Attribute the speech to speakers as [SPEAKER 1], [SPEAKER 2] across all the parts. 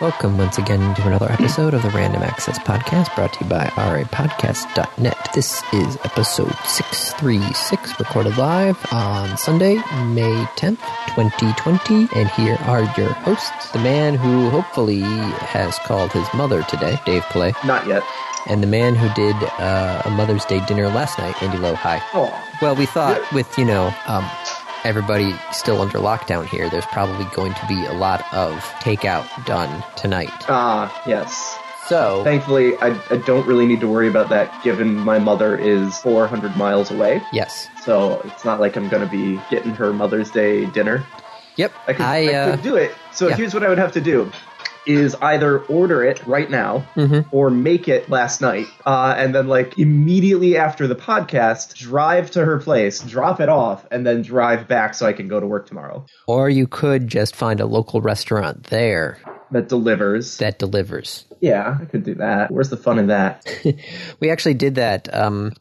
[SPEAKER 1] Welcome once again to another episode of the Random Access Podcast brought to you by rapodcast.net. This is episode 636, recorded live on Sunday, May 10th, 2020. And here are your hosts the man who hopefully has called his mother today, Dave Play,
[SPEAKER 2] Not yet.
[SPEAKER 1] and the man who did uh, a Mother's Day dinner last night, Andy Lowe. Hi.
[SPEAKER 2] Oh,
[SPEAKER 1] Well, we thought with, you know, um, everybody still under lockdown here, there's probably going to be a lot of takeout done tonight.
[SPEAKER 2] ah, yes.
[SPEAKER 1] So,
[SPEAKER 2] Thankfully, I, I don't really need to worry about that given my mother is 400 miles away.
[SPEAKER 1] yes.
[SPEAKER 2] So it's not like I'm going to be getting her Mother's Day dinner.
[SPEAKER 1] Yep.
[SPEAKER 2] I could,
[SPEAKER 1] I,
[SPEAKER 2] I
[SPEAKER 1] uh,
[SPEAKER 2] could do it. So
[SPEAKER 1] yeah.
[SPEAKER 2] here's what I would have to do is either order it right now
[SPEAKER 1] Mhm.
[SPEAKER 2] or make it last night uh, and then like immediately after the podcast drive to her place drop it off and then drive back so i can go to work tomorrow
[SPEAKER 1] or you could just find a local restaurant there
[SPEAKER 2] that delivers
[SPEAKER 1] that delivers.
[SPEAKER 2] yeah i could do that where's the fun in that
[SPEAKER 1] We actually did that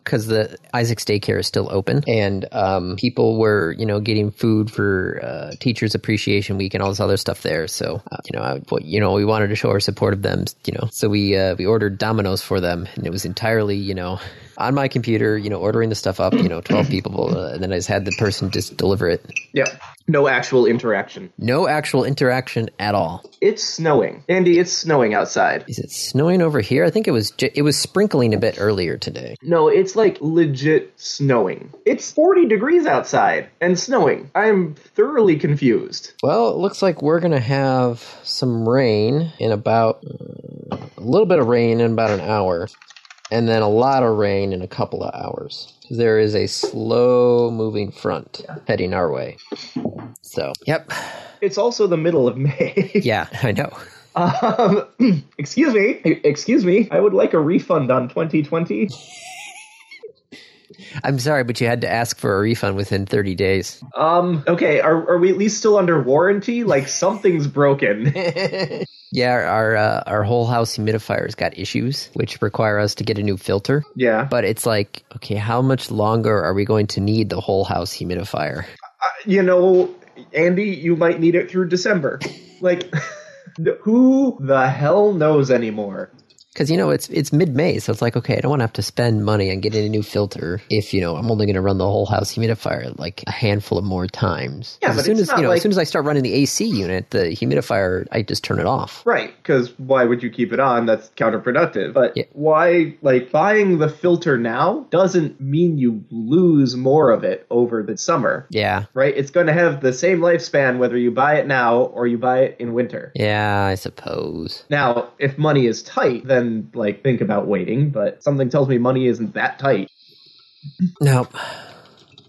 [SPEAKER 1] because the Isaac's daycare is still open, and um, people were, you know, getting food for uh, Teachers Appreciation Week and all this other stuff there. So, uh, you know, I, what- you know, we wanted to show our support of them. You know, so we uh, we ordered Domino's for them, and it was entirely, you know, on my computer, you know, ordering the stuff up, you know, twelve people, uh, and then I just had the person just deliver it.
[SPEAKER 2] Yep. No actual interaction.
[SPEAKER 1] No actual interaction at all.
[SPEAKER 2] It's snowing. Andy, it's snowing outside.
[SPEAKER 1] Is it snowing over here? I think it was j- it was sprinkling a bit earlier today.
[SPEAKER 2] No, it's like legit snowing. It's 40 degrees outside and snowing. I'm thoroughly confused.
[SPEAKER 1] Well, it looks like we're going to have some rain in about uh, a little bit of rain in about an hour, and then a lot of rain in a couple of hours. There is a slow moving front heading our way. So, yep.
[SPEAKER 2] It's also the middle of May.
[SPEAKER 1] Yeah, I know.
[SPEAKER 2] um, excuse me. Excuse me. I would like a refund on 2020.
[SPEAKER 1] I'm sorry, but you had to ask for a refund within 30 days.
[SPEAKER 2] Um, okay, are, are we at least still under warranty? Like something's broken.
[SPEAKER 1] Yeah, our uh, our whole house humidifier's got issues, which require us to get a new filter.
[SPEAKER 2] yeah.
[SPEAKER 1] But it's like, okay, how much longer are we going to need the whole house humidifier?
[SPEAKER 2] you know, Andy, you might need it through December. Like, who the hell knows anymore?
[SPEAKER 1] Because you know it's it's mid May, so it's like okay, I don't want to have to spend money on getting a new filter if you know I'm only going to run the whole house humidifier like a handful of more times. 'Cause
[SPEAKER 2] Yeah, but
[SPEAKER 1] as soon
[SPEAKER 2] it's
[SPEAKER 1] as
[SPEAKER 2] not
[SPEAKER 1] you know, as
[SPEAKER 2] like-
[SPEAKER 1] soon as I start running the AC unit, the humidifier, I just turn it off.
[SPEAKER 2] Right, because why would you keep it on? That's counterproductive. But
[SPEAKER 1] Yeah.
[SPEAKER 2] why, like, buying the filter now doesn't mean you lose more of it over the summer,
[SPEAKER 1] Yeah,
[SPEAKER 2] right? It's going to have the same lifespan whether you buy it now or you buy it in winter.
[SPEAKER 1] yeah, I suppose.
[SPEAKER 2] Now, if money is tight, then, like, think about waiting, but something tells me money isn't that tight.
[SPEAKER 1] Nope.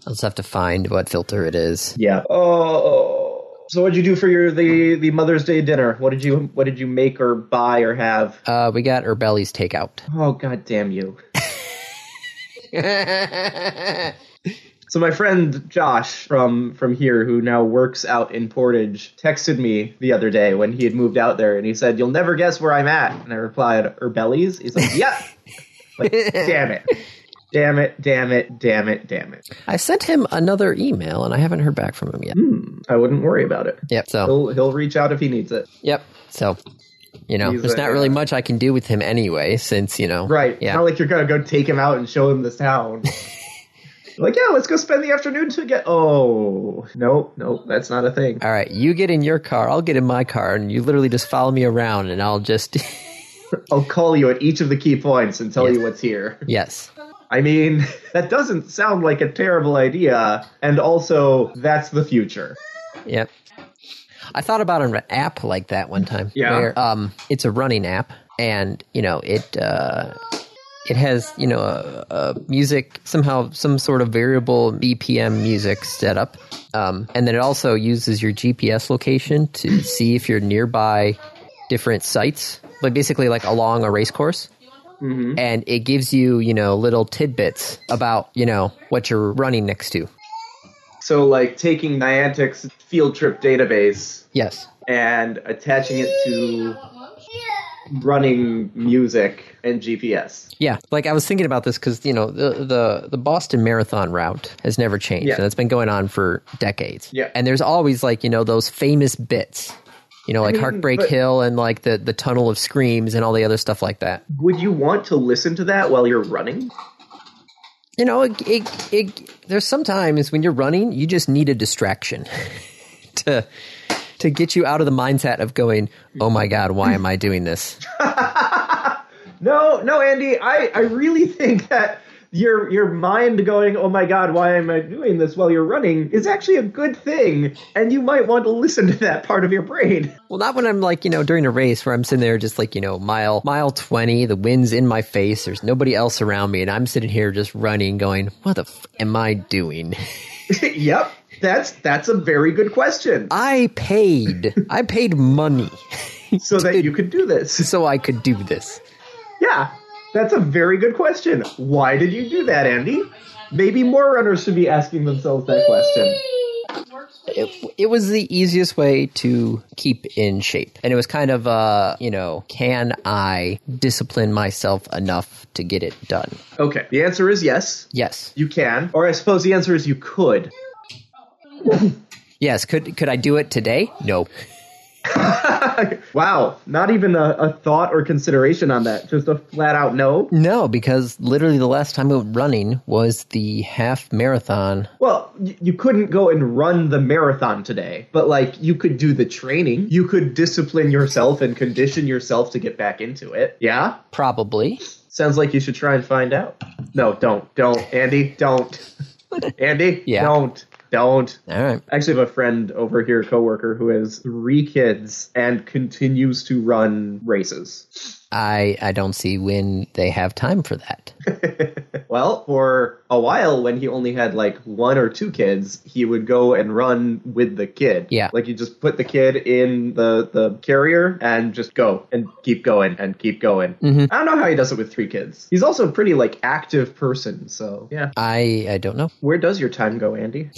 [SPEAKER 1] I'll just have to find what filter it is.
[SPEAKER 2] Yeah. Oh. So what'd you do for your the the Mother's Day dinner? What did you what did you make or buy or have?
[SPEAKER 1] Uh, we got Urbelli's takeout.
[SPEAKER 2] Oh god damn you. So my friend Josh from from here who now works out in Portage texted me the other day when he had moved out there and he said, "You'll never guess where I'm at." And I replied, "Urbellies." He's like, "Yep." like, damn it. Damn it, damn it, damn it, damn it.
[SPEAKER 1] I sent him another email and I haven't heard back from him
[SPEAKER 2] Hmm.
[SPEAKER 1] yet.
[SPEAKER 2] I wouldn't worry about it.
[SPEAKER 1] Yep. So
[SPEAKER 2] He'll he'll reach out if he needs it.
[SPEAKER 1] Yep. So, you know,
[SPEAKER 2] He's
[SPEAKER 1] there's
[SPEAKER 2] a- uh,
[SPEAKER 1] not really much I can do with him anyway, since you know,
[SPEAKER 2] Right.
[SPEAKER 1] Yeah.
[SPEAKER 2] Not like you're gonna go take him out and show him this town. like, yeah, let's go spend the afternoon together. Oh, nope, nope, that's not a thing.
[SPEAKER 1] All right, you get in your car, I'll get in my car, and you literally just follow me around, and I'll just
[SPEAKER 2] I'll call you at each of the key points and tell you what's here.
[SPEAKER 1] yes,
[SPEAKER 2] I mean, that doesn't sound like a terrible idea, and also that's the future.
[SPEAKER 1] yep. I thought about an app like that one time.
[SPEAKER 2] Yeah.
[SPEAKER 1] Where, um, it's a running app, and you know it. Uh, it has you know a, a music somehow some sort of variable BPM music setup, um, and then it also uses your GPS location to see if you're nearby different sites, but basically like along a race course. And it gives you, you know, little tidbits about, you know, what you're running next to.
[SPEAKER 2] So, like taking Niantic's field trip database
[SPEAKER 1] Yes.
[SPEAKER 2] and attaching it to running music and GPS.
[SPEAKER 1] Yeah, like I was thinking about this because you know the, the the Boston Marathon route has never changed,
[SPEAKER 2] Yeah.
[SPEAKER 1] and it's been going on for decades.
[SPEAKER 2] Yeah.
[SPEAKER 1] and there's always like you know those famous bits. You know, like
[SPEAKER 2] mean,
[SPEAKER 1] Heartbreak
[SPEAKER 2] but-
[SPEAKER 1] Hill and like the the Tunnel of Screams and all the other stuff like that.
[SPEAKER 2] Would you want to listen to that while you're running?
[SPEAKER 1] You know, it, it, it, there's sometimes when you're running, you just need a distraction to to get you out of the mindset of going, "Oh my god, why am I doing this?"
[SPEAKER 2] No, no, Andy. I, I really think that your your mind going, oh my god, why am I doing this while you're running, is actually a good thing, and you might want to listen to that part of your brain.
[SPEAKER 1] Well, not when I'm like, you know, during a race where I'm sitting there just like, you know, mile mile 20, the wind's in my face, there's nobody else around me and I'm sitting here just running going, "What the f- am I doing?"
[SPEAKER 2] yep, that's that's a very good question.
[SPEAKER 1] I paid. I paid money
[SPEAKER 2] So that you could do this.
[SPEAKER 1] so I could do this.
[SPEAKER 2] Yeah, that's a very good question. Why did you do that, Andy? Maybe more runners should be asking themselves that question.
[SPEAKER 1] it, it was the easiest way to keep in shape. And it was kind of, uh, you know, can I discipline myself enough to get it done?
[SPEAKER 2] Okay, the answer is yes.
[SPEAKER 1] Yes.
[SPEAKER 2] You can, or I suppose the answer is you could.
[SPEAKER 1] Yes. Could, could I do it today? No.
[SPEAKER 2] Wow, not even a, a thought or consideration on that. Just a flat out no.
[SPEAKER 1] No, because literally the last time I went running was the half marathon.
[SPEAKER 2] Well, y- you couldn't go and run the marathon today, but like you could do the training. You could discipline yourself and condition yourself to get back into it. Yeah?
[SPEAKER 1] Probably.
[SPEAKER 2] Sounds like you should try and find out. No, don't. Don't. Andy, don't. Andy,
[SPEAKER 1] Yeah.
[SPEAKER 2] don't. Don't.
[SPEAKER 1] All right.
[SPEAKER 2] I actually have a friend over here, a coworker, who has three kids and continues to run races.
[SPEAKER 1] I, I don't see when they have time for that.
[SPEAKER 2] Well, for a while, when he only had like one or two kids, he would go and run with the kid.
[SPEAKER 1] Yeah.
[SPEAKER 2] Like you just put the kid in the, the carrier and just go and keep going and keep going.
[SPEAKER 1] Mm-hmm.
[SPEAKER 2] I don't know how he does it with three kids. He's also a pretty like active person. So yeah.
[SPEAKER 1] I, I don't know.
[SPEAKER 2] Where does your time go, Andy?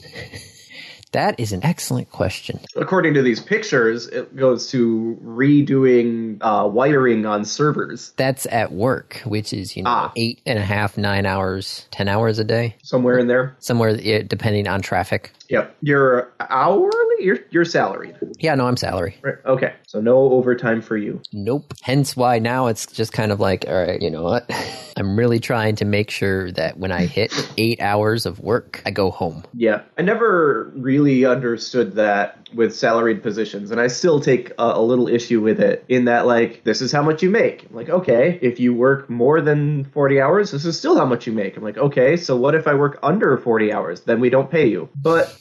[SPEAKER 1] That is an excellent question.
[SPEAKER 2] According to these pictures, it goes to redoing uh, wiring on servers
[SPEAKER 1] That's at work, which is, you know,
[SPEAKER 2] Ah.
[SPEAKER 1] eight and a half, nine hours, 10 hours a day.
[SPEAKER 2] somewhere in there.
[SPEAKER 1] somewhere yeah, depending on traffic.
[SPEAKER 2] Yep. You're hourly? You're, you're salaried.
[SPEAKER 1] Yeah, no, I'm salary.
[SPEAKER 2] Right. Okay. So no overtime for you.
[SPEAKER 1] Nope. Hence why now it's just kind of like, all right, you know what? I'm really trying to make sure that when I hit eight hours of work, I go home.
[SPEAKER 2] Yeah, I never really understood that with salaried positions, and I still take a, a little issue with it. In that, like, this is how much you make. I'm like, okay, if you work more than forty hours, this is still how much you make. I'm like, okay, so what if I work under forty hours? Then we don't pay you. But,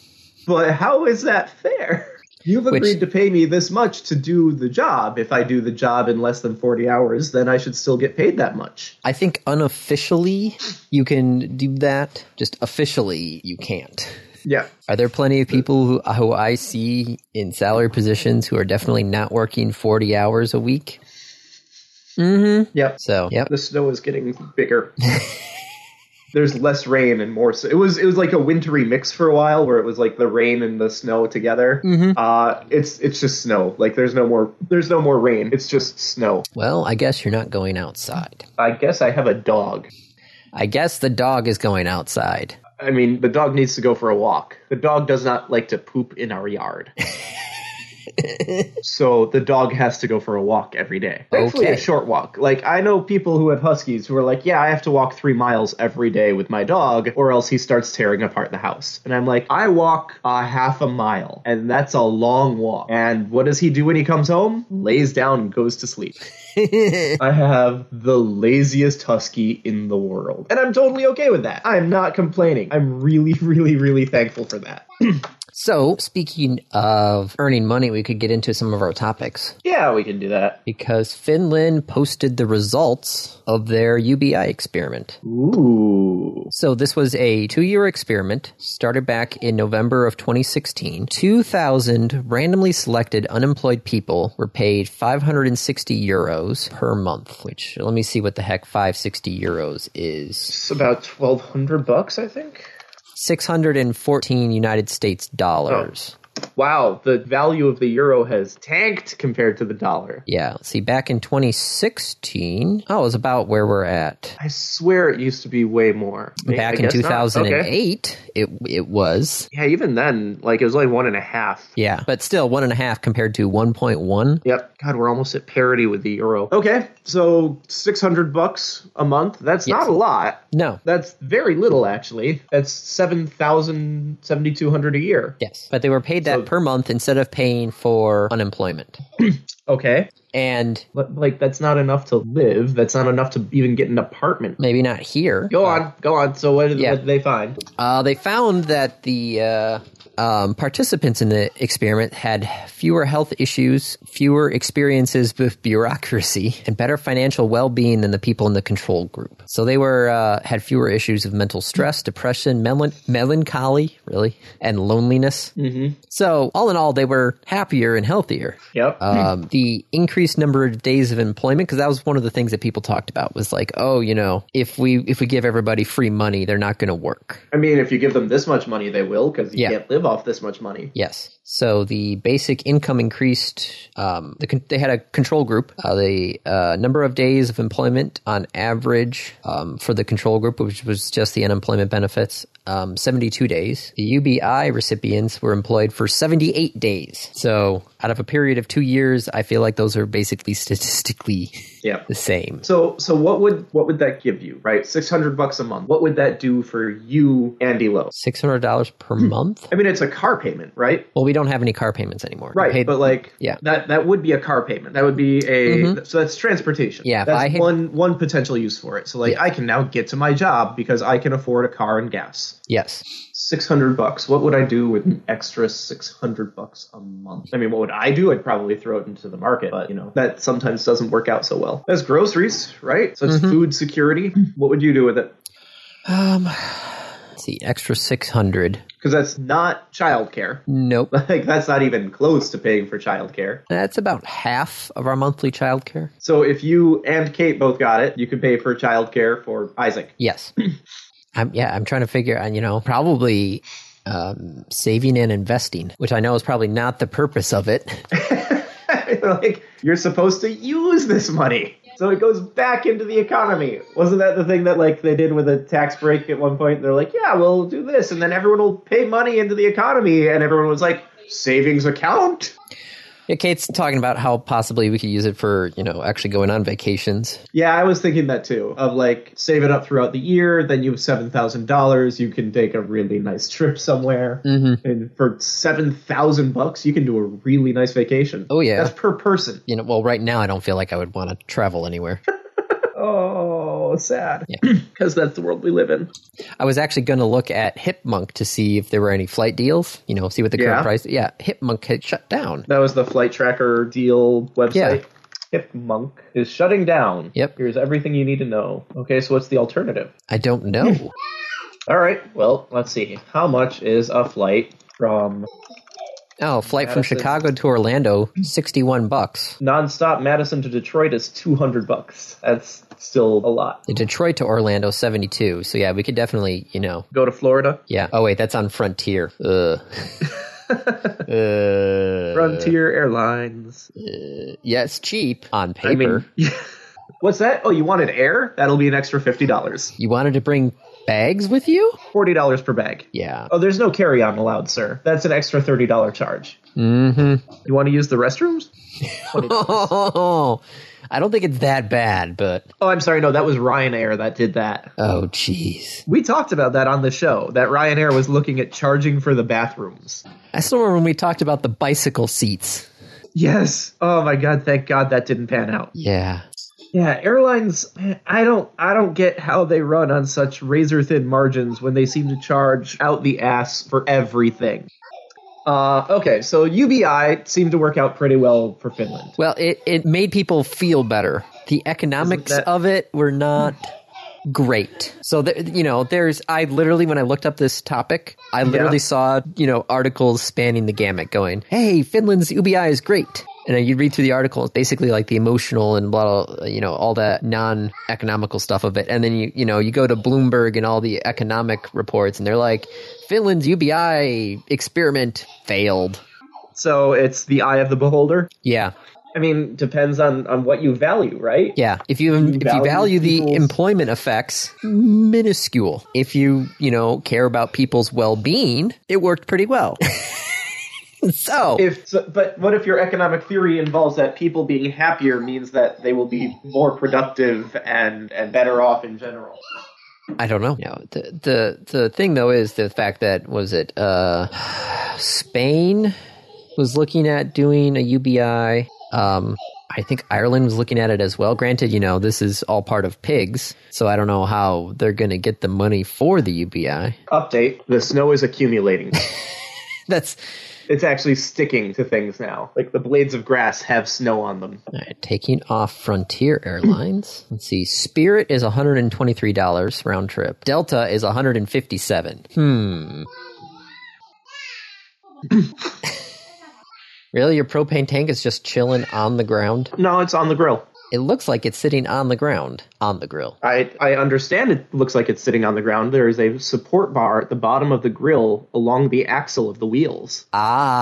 [SPEAKER 2] but how is that fair? You've
[SPEAKER 1] Which-
[SPEAKER 2] agreed to pay me this much to do the job. If I do the job in less than forty hours, then I should still get paid that much.
[SPEAKER 1] I think unofficially you can do that. Just officially, you can't.
[SPEAKER 2] Yeah.
[SPEAKER 1] Are there plenty of people who, who I see in salary positions who are definitely not working 40 hours a week?
[SPEAKER 2] Yep.
[SPEAKER 1] So, yep.
[SPEAKER 2] the snow is getting bigger. There's less rain and more. So it was it was like a wintry mix for a while, where it was like the rain and the snow together. Uh, it's it's just snow. Like there's no more there's no more rain. It's just snow.
[SPEAKER 1] Well, I guess you're not going outside.
[SPEAKER 2] I guess I have a dog.
[SPEAKER 1] I guess the dog is going outside.
[SPEAKER 2] I mean, the dog needs to go for a walk. The dog does not like to poop in our yard. so the dog has to go for a walk every day. Thankfully,
[SPEAKER 1] Okay.
[SPEAKER 2] a short walk. Like, I know people who have huskies who are like, yeah, I have to walk three miles every day with my dog, or else he starts tearing apart the house. And I'm like, I walk a half a mile, and that's a long walk. And what does he do when he comes home? Lays down and goes to sleep. I have the laziest husky in the world. And I'm totally okay with that. I'm not complaining. I'm really, really, really thankful for that.
[SPEAKER 1] So, speaking of earning money, we could get into some of our topics
[SPEAKER 2] Yeah, we can do that.
[SPEAKER 1] because Finland posted the results of their UBI experiment.
[SPEAKER 2] Ooh.
[SPEAKER 1] So, this was a two year experiment started back in November of 2016. 2,000 randomly selected unemployed people were paid 560 euros per month, which let me see what the heck 560 euros is.
[SPEAKER 2] It's about 1200 bucks, I think.
[SPEAKER 1] 614 United States dollars.
[SPEAKER 2] Oh. Wow, the value of the euro has tanked compared to the dollar.
[SPEAKER 1] Yeah, let's see, back in 2016, oh, it was about where we're at.
[SPEAKER 2] I swear it used to be way more.
[SPEAKER 1] Back
[SPEAKER 2] I
[SPEAKER 1] in
[SPEAKER 2] guess not. Okay.
[SPEAKER 1] 2008, it it was.
[SPEAKER 2] Yeah, even then, like it was like one and a half.
[SPEAKER 1] Yeah, but still one and a half compared to one point one.
[SPEAKER 2] Yep. God, we're almost at parity with the euro. Okay, so six hundred bucks a month. That's
[SPEAKER 1] Yes.
[SPEAKER 2] not a lot.
[SPEAKER 1] No.
[SPEAKER 2] That's very little actually. That's seven thousand seventy two hundred a year.
[SPEAKER 1] Yes, but they were paid that
[SPEAKER 2] So-
[SPEAKER 1] per month instead of paying for unemployment.
[SPEAKER 2] Okay,
[SPEAKER 1] And
[SPEAKER 2] but like that's not enough to live. That's not enough to even get an apartment.
[SPEAKER 1] maybe not here.
[SPEAKER 2] Go on, go on. So what did,
[SPEAKER 1] Yeah.
[SPEAKER 2] what did they find?
[SPEAKER 1] Uh, they found that the uh, um, participants in the experiment had fewer health issues, fewer experiences with bureaucracy, and better financial well-being than the people in the control group. So they were uh, had fewer issues of mental stress, depression, melan- melancholy, really, and loneliness. Mm-hmm. So all in all, they were happier and healthier.
[SPEAKER 2] Yep.
[SPEAKER 1] Um, the increased number of days of employment because that was one of the things that people talked about was like, oh, you know, if we if we give everybody free money, they're not going to work.
[SPEAKER 2] I mean, if you give them this much money, they will because you
[SPEAKER 1] Yeah.
[SPEAKER 2] can't live off this much money.
[SPEAKER 1] Yes. So the basic income increased. Um, the con- they had a control group. Uh, the uh, number of days of employment on average um, for the control group, which was just the unemployment benefits, um, 72 days. The UBI recipients were employed for 78 days. So out of a period of two years, I feel like those are basically statistically
[SPEAKER 2] Yep.
[SPEAKER 1] the same.
[SPEAKER 2] So so what would what would that give you, right? Six hundred bucks a month. What would that do for you, Andy Lowe?
[SPEAKER 1] $600 per
[SPEAKER 2] Hmm.
[SPEAKER 1] month?
[SPEAKER 2] I mean, it's a car payment, right?
[SPEAKER 1] Well, we don't have any car payments anymore. We
[SPEAKER 2] Right,
[SPEAKER 1] paid-
[SPEAKER 2] but like
[SPEAKER 1] yeah. Mm-hmm.
[SPEAKER 2] that that would be a car payment. That would be a so that's transportation.
[SPEAKER 1] Yeah, if
[SPEAKER 2] that's
[SPEAKER 1] I had-
[SPEAKER 2] one one potential use for it. So like I can now get to my job because I can afford a car and gas.
[SPEAKER 1] yes.
[SPEAKER 2] Six hundred bucks. What would I do with an extra six hundred bucks a month? I mean, what would I do? I'd probably throw it into the market, but you know that sometimes doesn't work out so well. That's groceries, right? So it's
[SPEAKER 1] Mm-hmm.
[SPEAKER 2] food security. What would you do with it?
[SPEAKER 1] Um, let's see, extra 600
[SPEAKER 2] Because that's not childcare.
[SPEAKER 1] Nope.
[SPEAKER 2] Like that's not even close to paying for childcare.
[SPEAKER 1] That's about half of our monthly childcare.
[SPEAKER 2] So if you and Kate both got it, you could pay for childcare for Isaac.
[SPEAKER 1] Yes. I'm, yeah, I'm trying to figure out, you know, probably um, saving and investing, which I know is probably not the purpose of it.
[SPEAKER 2] like you're supposed to use this money. So it goes back into the economy. Wasn't that the thing that like they did with a tax break at one point? They're like, "Yeah, we'll do this." And then everyone will pay money into the economy and everyone was like, "Savings account?"
[SPEAKER 1] Yeah, Kate's talking about how possibly we could use it for, you know, actually going on vacations.
[SPEAKER 2] Yeah, I was thinking that too. Of like save it up throughout the year, then you have seven thousand dollars. You can take a really nice trip somewhere,
[SPEAKER 1] Mm-hmm.
[SPEAKER 2] and for seven thousand bucks, you can do a really nice vacation.
[SPEAKER 1] Oh, yeah.
[SPEAKER 2] that's per person.
[SPEAKER 1] You know, well, right now I don't feel like I would want to travel anywhere.
[SPEAKER 2] Oh, sad. Because that's the world we live in.
[SPEAKER 1] I was actually going to look at Hipmunk to see if there were any flight deals, you know, see what the current
[SPEAKER 2] Yeah.
[SPEAKER 1] price. Yeah, Hipmunk had shut down.
[SPEAKER 2] That was the flight tracker deal website. Hip Monk is shutting down.
[SPEAKER 1] Yep.
[SPEAKER 2] Here's everything you need to know. Okay, so what's the alternative?
[SPEAKER 1] I don't know.
[SPEAKER 2] All right. Well, let's see. How much is a flight from
[SPEAKER 1] Oh, flight from
[SPEAKER 2] Madison.
[SPEAKER 1] Chicago to Orlando, 61 bucks.
[SPEAKER 2] nonstop Madison to Detroit is two hundred bucks. That's still a lot.
[SPEAKER 1] Detroit to Orlando, 72. So yeah, we could definitely, you know,
[SPEAKER 2] Go to Florida.
[SPEAKER 1] yeah. Oh wait, that's on Frontier. Ugh. uh,
[SPEAKER 2] Frontier Airlines.
[SPEAKER 1] yeah, it's cheap on paper.
[SPEAKER 2] what's that? Oh, you wanted air? That'll be an extra fifty dollars.
[SPEAKER 1] you wanted to bring bags with you?
[SPEAKER 2] Forty dollars per bag.
[SPEAKER 1] Yeah.
[SPEAKER 2] Oh, there's no carry on allowed, sir. That's an extra thirty dollar charge.
[SPEAKER 1] Mm-hmm.
[SPEAKER 2] You want to use the restrooms?
[SPEAKER 1] Oh, I don't think it's that bad, but
[SPEAKER 2] Oh, I'm sorry. No, that was Ryanair that did that.
[SPEAKER 1] oh jeez.
[SPEAKER 2] We talked about that on the show. That Ryanair was looking at charging for the bathrooms.
[SPEAKER 1] I still remember when we talked about the bicycle seats.
[SPEAKER 2] Yes. Oh my God. Thank God that didn't pan out.
[SPEAKER 1] Yeah.
[SPEAKER 2] Yeah, airlines. man, I don't. I don't get how they run on such razor thin margins when they seem to charge out the ass for everything. Uh, okay, so UBI seemed to work out pretty well for Finland.
[SPEAKER 1] Well, it, it made people feel better. The economics
[SPEAKER 2] Isn't that-
[SPEAKER 1] of it were not great. So, th- you know, there's, I literally, when I looked up this topic, I literally saw, you know, articles spanning the gamut going, hey, Finland's UBI is great. And then you read through the article, it's basically like the emotional and blah, blah, you know, all that non economical stuff of it. And then you, you know, you go to Bloomberg and all the economic reports, and they're like, Finland's UBI experiment failed.
[SPEAKER 2] So it's the eye of the beholder.
[SPEAKER 1] Yeah.
[SPEAKER 2] I mean, depends on on what you value, right?
[SPEAKER 1] Yeah, if you, if you
[SPEAKER 2] value
[SPEAKER 1] value the
[SPEAKER 2] people's-
[SPEAKER 1] employment effects, minuscule. If you you know care about people's well being, it worked pretty well. so
[SPEAKER 2] If so, but what if your economic theory involves that people being happier means that they will be more productive and and better off in general?
[SPEAKER 1] I don't know. You know, the the the thing though is the fact that was it uh, Spain was looking at doing a UBI. Um, I think Ireland was looking at it as well. Granted, you know this is all part of pigs, so I don't know how they're going to get the money for the UBI.
[SPEAKER 2] Update: The snow is accumulating.
[SPEAKER 1] That's
[SPEAKER 2] it's actually sticking to things now. Like the blades of grass have snow on them.
[SPEAKER 1] All right, taking off Frontier Airlines. Let's see. Spirit is $123 round trip. Delta is 157. Hmm. really your propane tank is just chilling on the ground?
[SPEAKER 2] No, it's on the grill.
[SPEAKER 1] It looks like it's sitting on the ground on the grill.
[SPEAKER 2] I, I understand it looks like it's sitting on the ground. There is a support bar at the bottom of the grill along the axle of the wheels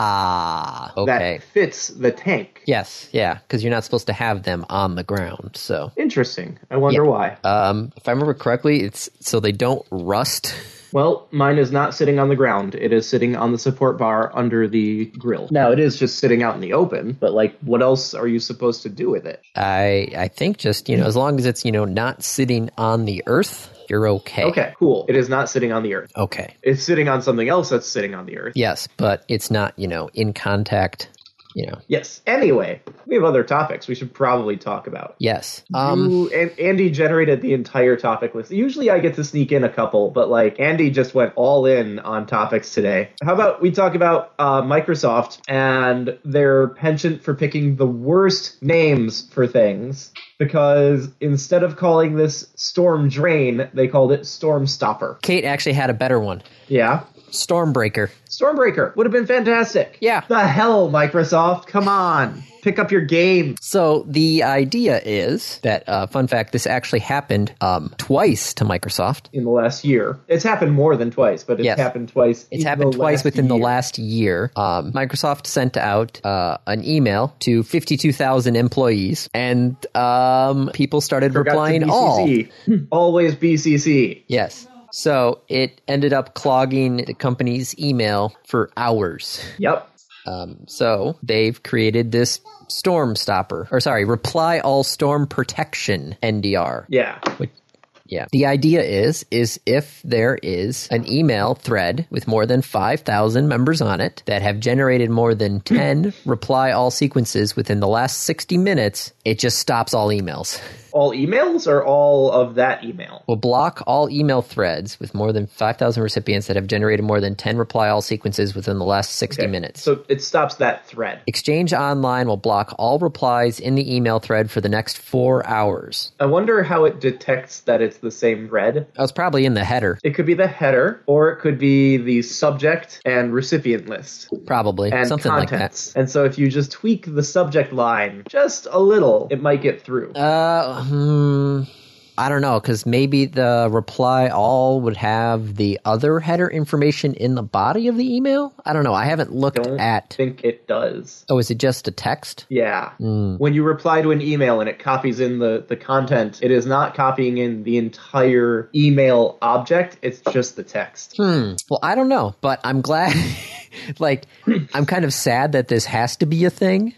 [SPEAKER 1] Ah.
[SPEAKER 2] that
[SPEAKER 1] Okay.
[SPEAKER 2] fits the tank.
[SPEAKER 1] yes, yeah, cuz you're not supposed to have them on the ground. So,
[SPEAKER 2] Interesting. I wonder
[SPEAKER 1] Yeah.
[SPEAKER 2] why.
[SPEAKER 1] um if I remember correctly, it's so they don't rust.
[SPEAKER 2] Well, mine is not sitting on the ground. It is sitting on the support bar under the grill. Now, it is just sitting out in the open, but like, what else are you supposed to do with it?
[SPEAKER 1] I I think just you know as long as it's you know not sitting on the earth, you're okay.
[SPEAKER 2] Okay, cool. It is not sitting on the earth.
[SPEAKER 1] Okay.
[SPEAKER 2] It's sitting on something else that's sitting on the earth.
[SPEAKER 1] Yes, but it's not you know in contact. You know.
[SPEAKER 2] Yes. Anyway, we have other topics we should probably talk about.
[SPEAKER 1] Yes. Um.
[SPEAKER 2] Ooh, and Andy generated the entire topic list. Usually I get to sneak in a couple, but like Andy just went all in on topics today. How about we talk about uh, Microsoft and their penchant for picking the worst names for things? Because instead of calling this Storm Drain, they called it Storm Stopper.
[SPEAKER 1] Kate actually had a better one.
[SPEAKER 2] Yeah.
[SPEAKER 1] Stormbreaker.
[SPEAKER 2] Stormbreaker would have been fantastic.
[SPEAKER 1] Yeah.
[SPEAKER 2] The hell, Microsoft? Come on. Pick up your game.
[SPEAKER 1] So the idea is that uh, fun fact: this actually happened um, twice to Microsoft.
[SPEAKER 2] in the last year. It's happened more than twice, but it's
[SPEAKER 1] Yes.
[SPEAKER 2] happened twice.
[SPEAKER 1] It's happened twice within the last
[SPEAKER 2] last.
[SPEAKER 1] year. Um, Microsoft sent out uh, an email to 52,000 employees, and um, people started
[SPEAKER 2] year. Got to
[SPEAKER 1] replying all.
[SPEAKER 2] BCC. Always BCC.
[SPEAKER 1] Yes. So it ended up clogging the company's email for hours.
[SPEAKER 2] Yep.
[SPEAKER 1] Um, so they've created this storm stopper, or sorry, reply all storm protection NDR.
[SPEAKER 2] Yeah.
[SPEAKER 1] Which, yeah. The idea is is if there is an email thread with more than 5,000 members on it that have generated more than 10 reply all sequences within the last 60 minutes, it just stops all emails.
[SPEAKER 2] All emails or all of that email?
[SPEAKER 1] will block all email threads with more than 5,000 recipients that have generated more than 10 reply all sequences within the last 60
[SPEAKER 2] Okay.
[SPEAKER 1] minutes.
[SPEAKER 2] So it stops that thread.
[SPEAKER 1] Exchange Online will block all replies in the email thread for the next four hours.
[SPEAKER 2] I wonder how it detects that it's the same thread.
[SPEAKER 1] That was probably in the header,
[SPEAKER 2] It could be the header, or it could be the subject and recipient list
[SPEAKER 1] probably.
[SPEAKER 2] and
[SPEAKER 1] Something like
[SPEAKER 2] contents. And so if you just tweak the subject line just a little, it might get through.
[SPEAKER 1] that. Uh, hmm. I don't know, because maybe the reply all would have the other header information in the body of the email? I don't know. I haven't looked
[SPEAKER 2] Don't
[SPEAKER 1] at.
[SPEAKER 2] think it does.
[SPEAKER 1] Oh, is it just a text?
[SPEAKER 2] Yeah. When you reply to an email and it copies in the, the content, it is not copying in the entire email object, it's just the text.
[SPEAKER 1] Well, I don't know, but I'm glad. like, I'm kind of sad that this has to be a thing.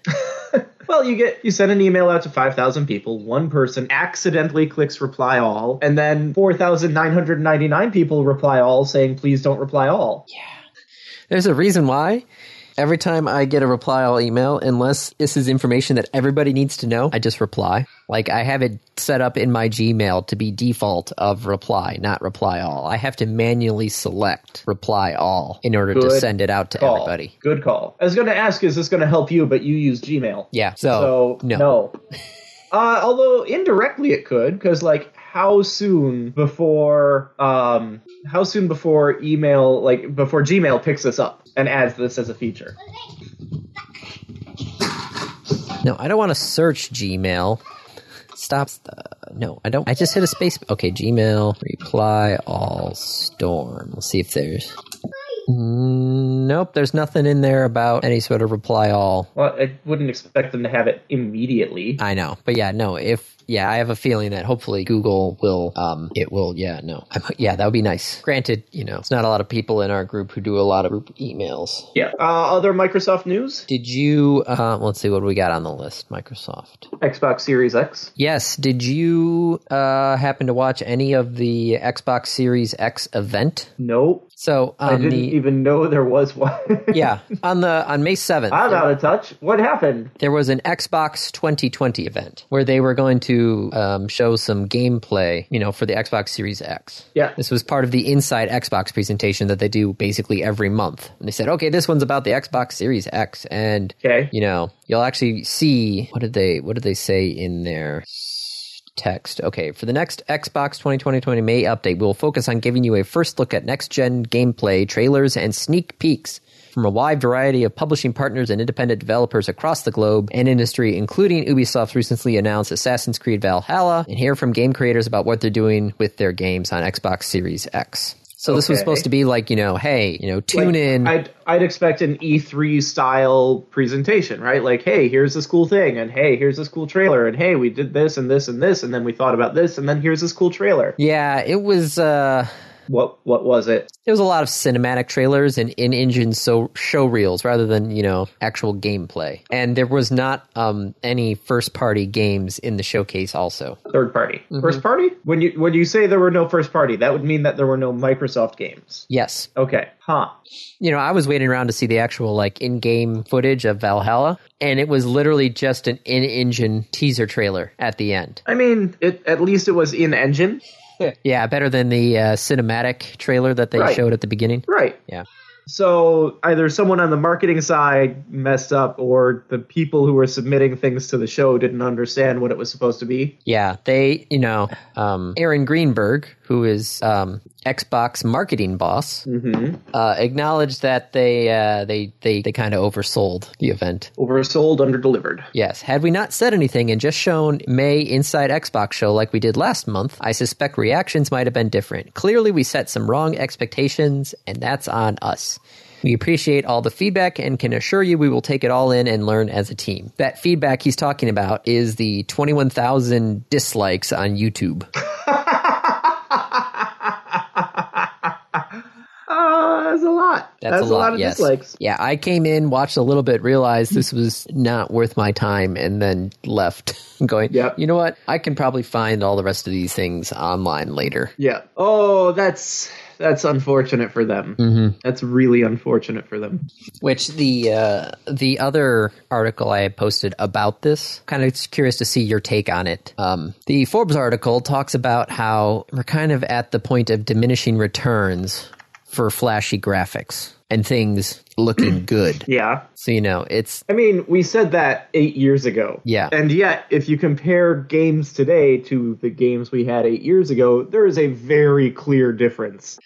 [SPEAKER 2] Well, you get you send an email out to 5,000 people, one person accidentally clicks reply all, and then 4,999 people reply all saying please don't reply all.
[SPEAKER 1] There's a reason why. Every time I get a reply all email, unless this is information that everybody needs to know, I just reply. Like, I have it set up in my Gmail to be default of reply, not reply all. I have to manually select reply all in order to
[SPEAKER 2] Good
[SPEAKER 1] send it out to
[SPEAKER 2] Call.
[SPEAKER 1] everybody.
[SPEAKER 2] Good call. I was going to ask is this going to help you but you use Gmail.
[SPEAKER 1] Yeah. So,
[SPEAKER 2] So
[SPEAKER 1] no.
[SPEAKER 2] Oh, no. uh, although indirectly it could, because like how soon before um how soon before email like before Gmail picks this up and adds this as a feature.
[SPEAKER 1] No, I don't want to search Gmail. Stop. Uh, no, I don't. I just hit a space. Okay, Gmail. Reply all storm. Let's see if there's. Mm, nope, there's nothing in there about any sort of reply all.
[SPEAKER 2] Well, I wouldn't expect them to have it immediately.
[SPEAKER 1] I know, but yeah, no. If yeah, I have a feeling that hopefully Google will, um, it will. Yeah, no, I'm, yeah, that would be nice. Granted, you know, it's not a lot of people in our group who do a lot of group emails.
[SPEAKER 2] Yeah. Uh, other Microsoft news:
[SPEAKER 1] Did you? Uh, let's see what we got on the list. Microsoft.
[SPEAKER 2] Xbox Series X.
[SPEAKER 1] Yes. Did you uh, happen to watch any of the Xbox Series X event?
[SPEAKER 2] No,
[SPEAKER 1] So
[SPEAKER 2] I
[SPEAKER 1] on
[SPEAKER 2] didn't
[SPEAKER 1] the
[SPEAKER 2] even know there was one.
[SPEAKER 1] yeah on the on May seventh.
[SPEAKER 2] I'm out of touch. What happened?
[SPEAKER 1] there was an Xbox 2020 event where they were going to um, show some gameplay, you know, for the Xbox Series X.
[SPEAKER 2] Yeah.
[SPEAKER 1] This was part of the Inside Xbox presentation that they do basically every month. And they said, okay, this one's about the Xbox Series X, and
[SPEAKER 2] Okay.
[SPEAKER 1] you know, you'll actually see what did they what did they say in there text. Okay, for the next Xbox 2020 May update, we'll focus on giving you a first look at next gen gameplay, trailers, and sneak peeks from a wide variety of publishing partners and independent developers across the globe and industry, including Ubisoft's recently announced Assassin's Creed Valhalla, and hear from game creators about what they're doing with their games on Xbox Series X. So this was
[SPEAKER 2] Okay.
[SPEAKER 1] supposed to be like, you know, hey, you know, tune
[SPEAKER 2] Like,
[SPEAKER 1] in.
[SPEAKER 2] I'd I'd expect an E3 style presentation, right? Like, hey, here's this cool thing, and hey, here's this cool trailer, and hey, we did this and this and this, and then we thought about this, and then here's this cool trailer.
[SPEAKER 1] yeah, it was uh
[SPEAKER 2] What what was it?
[SPEAKER 1] there was a lot of cinematic trailers and in-engine so show reels rather than you know actual gameplay and there was not um, any first party games in the showcase also
[SPEAKER 2] Third party,
[SPEAKER 1] Mm-hmm.
[SPEAKER 2] first party. When you when you say there were no first party, that would mean that there were no Microsoft games.
[SPEAKER 1] yes
[SPEAKER 2] Okay, huh?
[SPEAKER 1] you know i was waiting around to see the actual like in-game footage of valhalla and it was literally just an in-engine teaser trailer at the end
[SPEAKER 2] I mean, it at least it was in engine,
[SPEAKER 1] yeah better than the uh, cinematic trailer that they
[SPEAKER 2] Right.
[SPEAKER 1] showed at the beginning
[SPEAKER 2] right?
[SPEAKER 1] yeah
[SPEAKER 2] So either someone on the marketing side messed up, or the people who were submitting things to the show didn't understand what it was supposed to be.
[SPEAKER 1] Yeah, they, you know, um, Aaron Greenberg, who is um, Xbox marketing boss, uh, acknowledged that they uh, they they they kind of oversold the event.
[SPEAKER 2] Oversold, underdelivered.
[SPEAKER 1] Yes, had we not said anything and just shown May Inside Xbox show like we did last month, I suspect reactions might have been different. Clearly, we set some wrong expectations, and that's on us. We appreciate all the feedback and can assure you we will take it all in and learn as a team. That feedback he's talking about is the 21,000 dislikes on YouTube.
[SPEAKER 2] Ah, that's a lot.
[SPEAKER 1] That's, a, lot,
[SPEAKER 2] of
[SPEAKER 1] yes.
[SPEAKER 2] dislikes.
[SPEAKER 1] Yeah, I came in, watched a little bit, realized this was not worth my time, and then left going,
[SPEAKER 2] Yep.
[SPEAKER 1] you know what? I can probably find all the rest of these things online later.
[SPEAKER 2] Yeah. Oh, that's that's unfortunate for them.
[SPEAKER 1] Mm-hmm.
[SPEAKER 2] That's really unfortunate for them.
[SPEAKER 1] Which the uh, the other article I had posted about this, kind of curious to see your take on it. Um, the Forbes article talks about how we're kind of at the point of diminishing returns for flashy graphics and things looking good.
[SPEAKER 2] Yeah.
[SPEAKER 1] So you know, it's
[SPEAKER 2] I mean, we said that eight years ago.
[SPEAKER 1] Yeah.
[SPEAKER 2] And yet, if you compare games today to the games we had eight years ago, there is a very clear difference.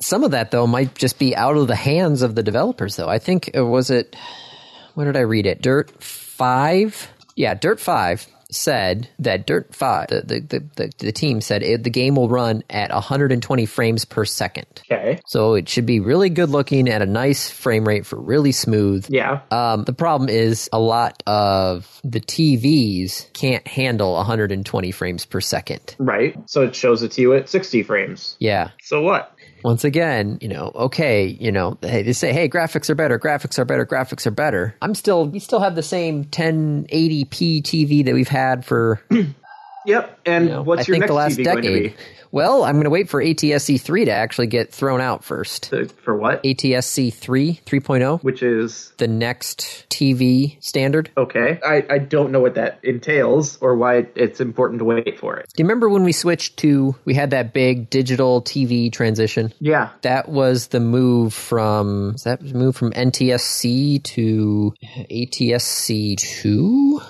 [SPEAKER 1] some of that though might just be out of the hands of the developers though i think uh, was it where did i read it dirt 5 yeah dirt 5 said that dirt 5 the, the, the, the, the team said it, the game will run at 120 frames per second
[SPEAKER 2] Okay.
[SPEAKER 1] so it should be really good looking at a nice frame rate for really smooth
[SPEAKER 2] Yeah.
[SPEAKER 1] um, the problem is a lot of the TVs can't handle 120 frames per second.
[SPEAKER 2] Right. So it shows it to you at 60 frames.
[SPEAKER 1] Yeah.
[SPEAKER 2] So what?
[SPEAKER 1] once again, you know, okay, you know, hey, they say, hey, graphics are better, graphics are better, graphics are better. I'm still, we still have the same 1080p TV that we've had for, you
[SPEAKER 2] Yep. And
[SPEAKER 1] know,
[SPEAKER 2] what's
[SPEAKER 1] I
[SPEAKER 2] your
[SPEAKER 1] think
[SPEAKER 2] next
[SPEAKER 1] the last
[SPEAKER 2] TV going to
[SPEAKER 1] decade.
[SPEAKER 2] be?
[SPEAKER 1] Well, I'm going to wait for ATSC 3 to actually get thrown out first.
[SPEAKER 2] The- For what?
[SPEAKER 1] ATSC 3, 3.0,
[SPEAKER 2] Which is
[SPEAKER 1] oh, the next TV standard.
[SPEAKER 2] Okay. I, I don't know what that entails or why it's important to wait for it.
[SPEAKER 1] Do you remember when we switched to, we had that big digital TV transition?
[SPEAKER 2] Yeah.
[SPEAKER 1] that was the move from is that the move from NTSC to ATSC two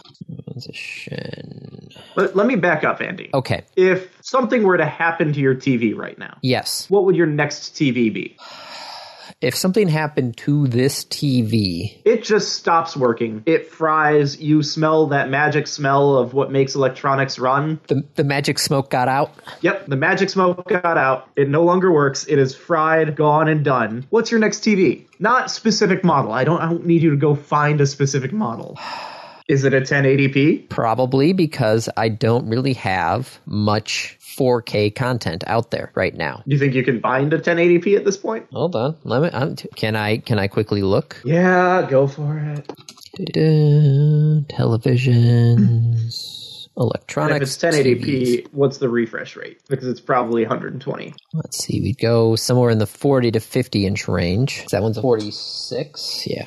[SPEAKER 1] transition.
[SPEAKER 2] Let, let me back up, Andy.
[SPEAKER 1] Okay.
[SPEAKER 2] If something were to happen to your TV right now,
[SPEAKER 1] Yes.
[SPEAKER 2] what would your next TV be?
[SPEAKER 1] if something happened to this TV,
[SPEAKER 2] It just stops working. It fries. You smell that magic smell of what makes electronics run.
[SPEAKER 1] the the magic smoke got out.
[SPEAKER 2] Yep, the magic smoke got out. It no longer works. It is fried, gone, and done. What's your next TV? Not specific model. I don't. I don't need you to go find a specific model. Is it a 1080p?
[SPEAKER 1] Probably because I don't really have much 4K content out there right now.
[SPEAKER 2] Do you think you can find a 1080p at this point?
[SPEAKER 1] Hold on, let me. I'm, can I can I quickly look?
[SPEAKER 2] Yeah, go for it.
[SPEAKER 1] Du-du-du, televisions,
[SPEAKER 2] And if
[SPEAKER 1] electronics.
[SPEAKER 2] it's 1080p,
[SPEAKER 1] TVs.
[SPEAKER 2] what's the refresh rate? Because it's probably 120.
[SPEAKER 1] Let's see, we'd go somewhere in the 40 to 50 inch range. That one's a 46. Yeah.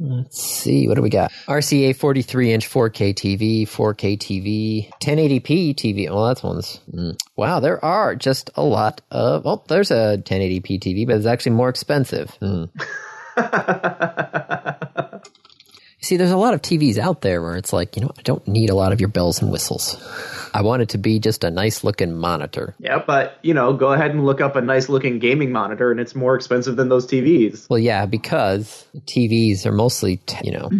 [SPEAKER 1] Let's see, what do we got? RCA 43 inch 4K TV, 4K TV, 1080p TV. Well, that's one's. Mm. Wow, there are just a lot of. Well, there's a 1080p TV, but it's actually more expensive. Mm. See, there's a lot of TVs out there where it's like, you know, I don't need a lot of your bells and whistles. I want it to be just a nice looking monitor.
[SPEAKER 2] Yeah, but you know, go ahead and look up a nice looking gaming monitor, and it's more expensive than those TVs.
[SPEAKER 1] Well, yeah, because TVs are mostly, t- you know.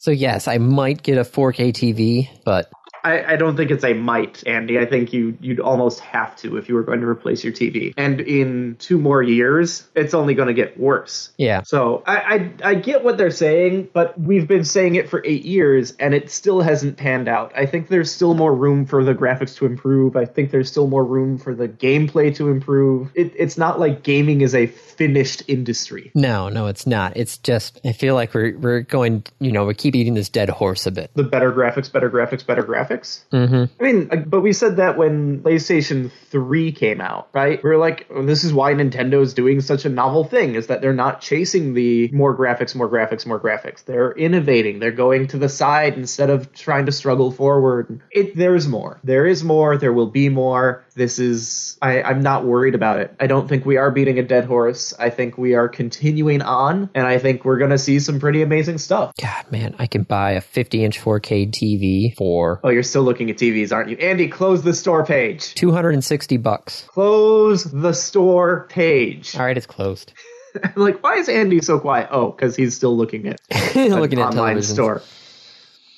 [SPEAKER 1] So, yes, I might get a 4K TV, but
[SPEAKER 2] I, I don't think it's a might, Andy. I think you you'd almost have to if you were going to replace your TV. And in two more years, it's only going to get worse.
[SPEAKER 1] yeah.
[SPEAKER 2] So I, I I get what they're saying, but we've been saying it for eight years, and it still hasn't panned out. I think there's still more room for the graphics to improve. I think there's still more room for the gameplay to improve. It, it's not like gaming is a finished industry.
[SPEAKER 1] No, no, it's not. It's just, I feel like we're, we're going, you know, we keep eating this dead horse a bit.
[SPEAKER 2] The better graphics, better graphics, better graphics. Mm-hmm. I mean, like, but we said that when PlayStation 3 came out, right? We were like, oh, this is why Nintendo's doing such a novel thing, is that they're not chasing the more graphics, more graphics, more graphics. They're innovating. They're going to the side instead of trying to struggle forward. It There's more. There is more. There will be more. This is, I, I'm not worried about it. I don't think we are beating a dead horse. I think we are continuing on, and I think we're going to see some pretty amazing stuff.
[SPEAKER 1] God, man, I can buy a 50 inch 4K TV for
[SPEAKER 2] Oh, you're still looking at TVs, aren't you? Andy, close the store page.
[SPEAKER 1] 260 bucks.
[SPEAKER 2] close the store page.
[SPEAKER 1] All right, it's closed.
[SPEAKER 2] I'm like, why is Andy so quiet? Oh, because he's still looking at an
[SPEAKER 1] Looking at
[SPEAKER 2] online
[SPEAKER 1] television.
[SPEAKER 2] store.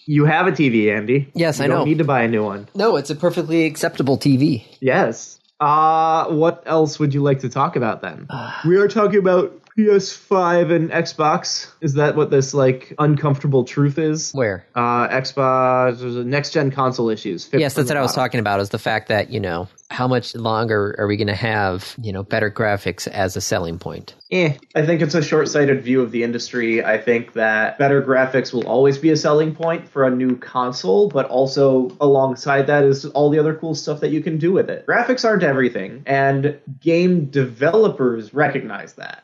[SPEAKER 2] You have a TV, Andy.
[SPEAKER 1] Yes,
[SPEAKER 2] you
[SPEAKER 1] I
[SPEAKER 2] don't
[SPEAKER 1] know.
[SPEAKER 2] Need to buy a new one.
[SPEAKER 1] No, it's a perfectly acceptable TV.
[SPEAKER 2] Yes. Uh what else would you like to talk about then?
[SPEAKER 1] Uh.
[SPEAKER 2] we are talking about PS5 and Xbox. Is that what this like uncomfortable truth is?
[SPEAKER 1] Where?
[SPEAKER 2] Uh, Xbox next gen console issues. fifth
[SPEAKER 1] Yes,
[SPEAKER 2] from
[SPEAKER 1] that's
[SPEAKER 2] the
[SPEAKER 1] what I was
[SPEAKER 2] bottom.
[SPEAKER 1] talking about is the fact that, you know, how much longer are we going to have, you know, better graphics as a selling point?
[SPEAKER 2] Eh. I think it's a short sighted view of the industry. I think that better graphics will always be a selling point for a new console, but also alongside that is all the other cool stuff that you can do with it. Graphics aren't everything, and game developers recognize that.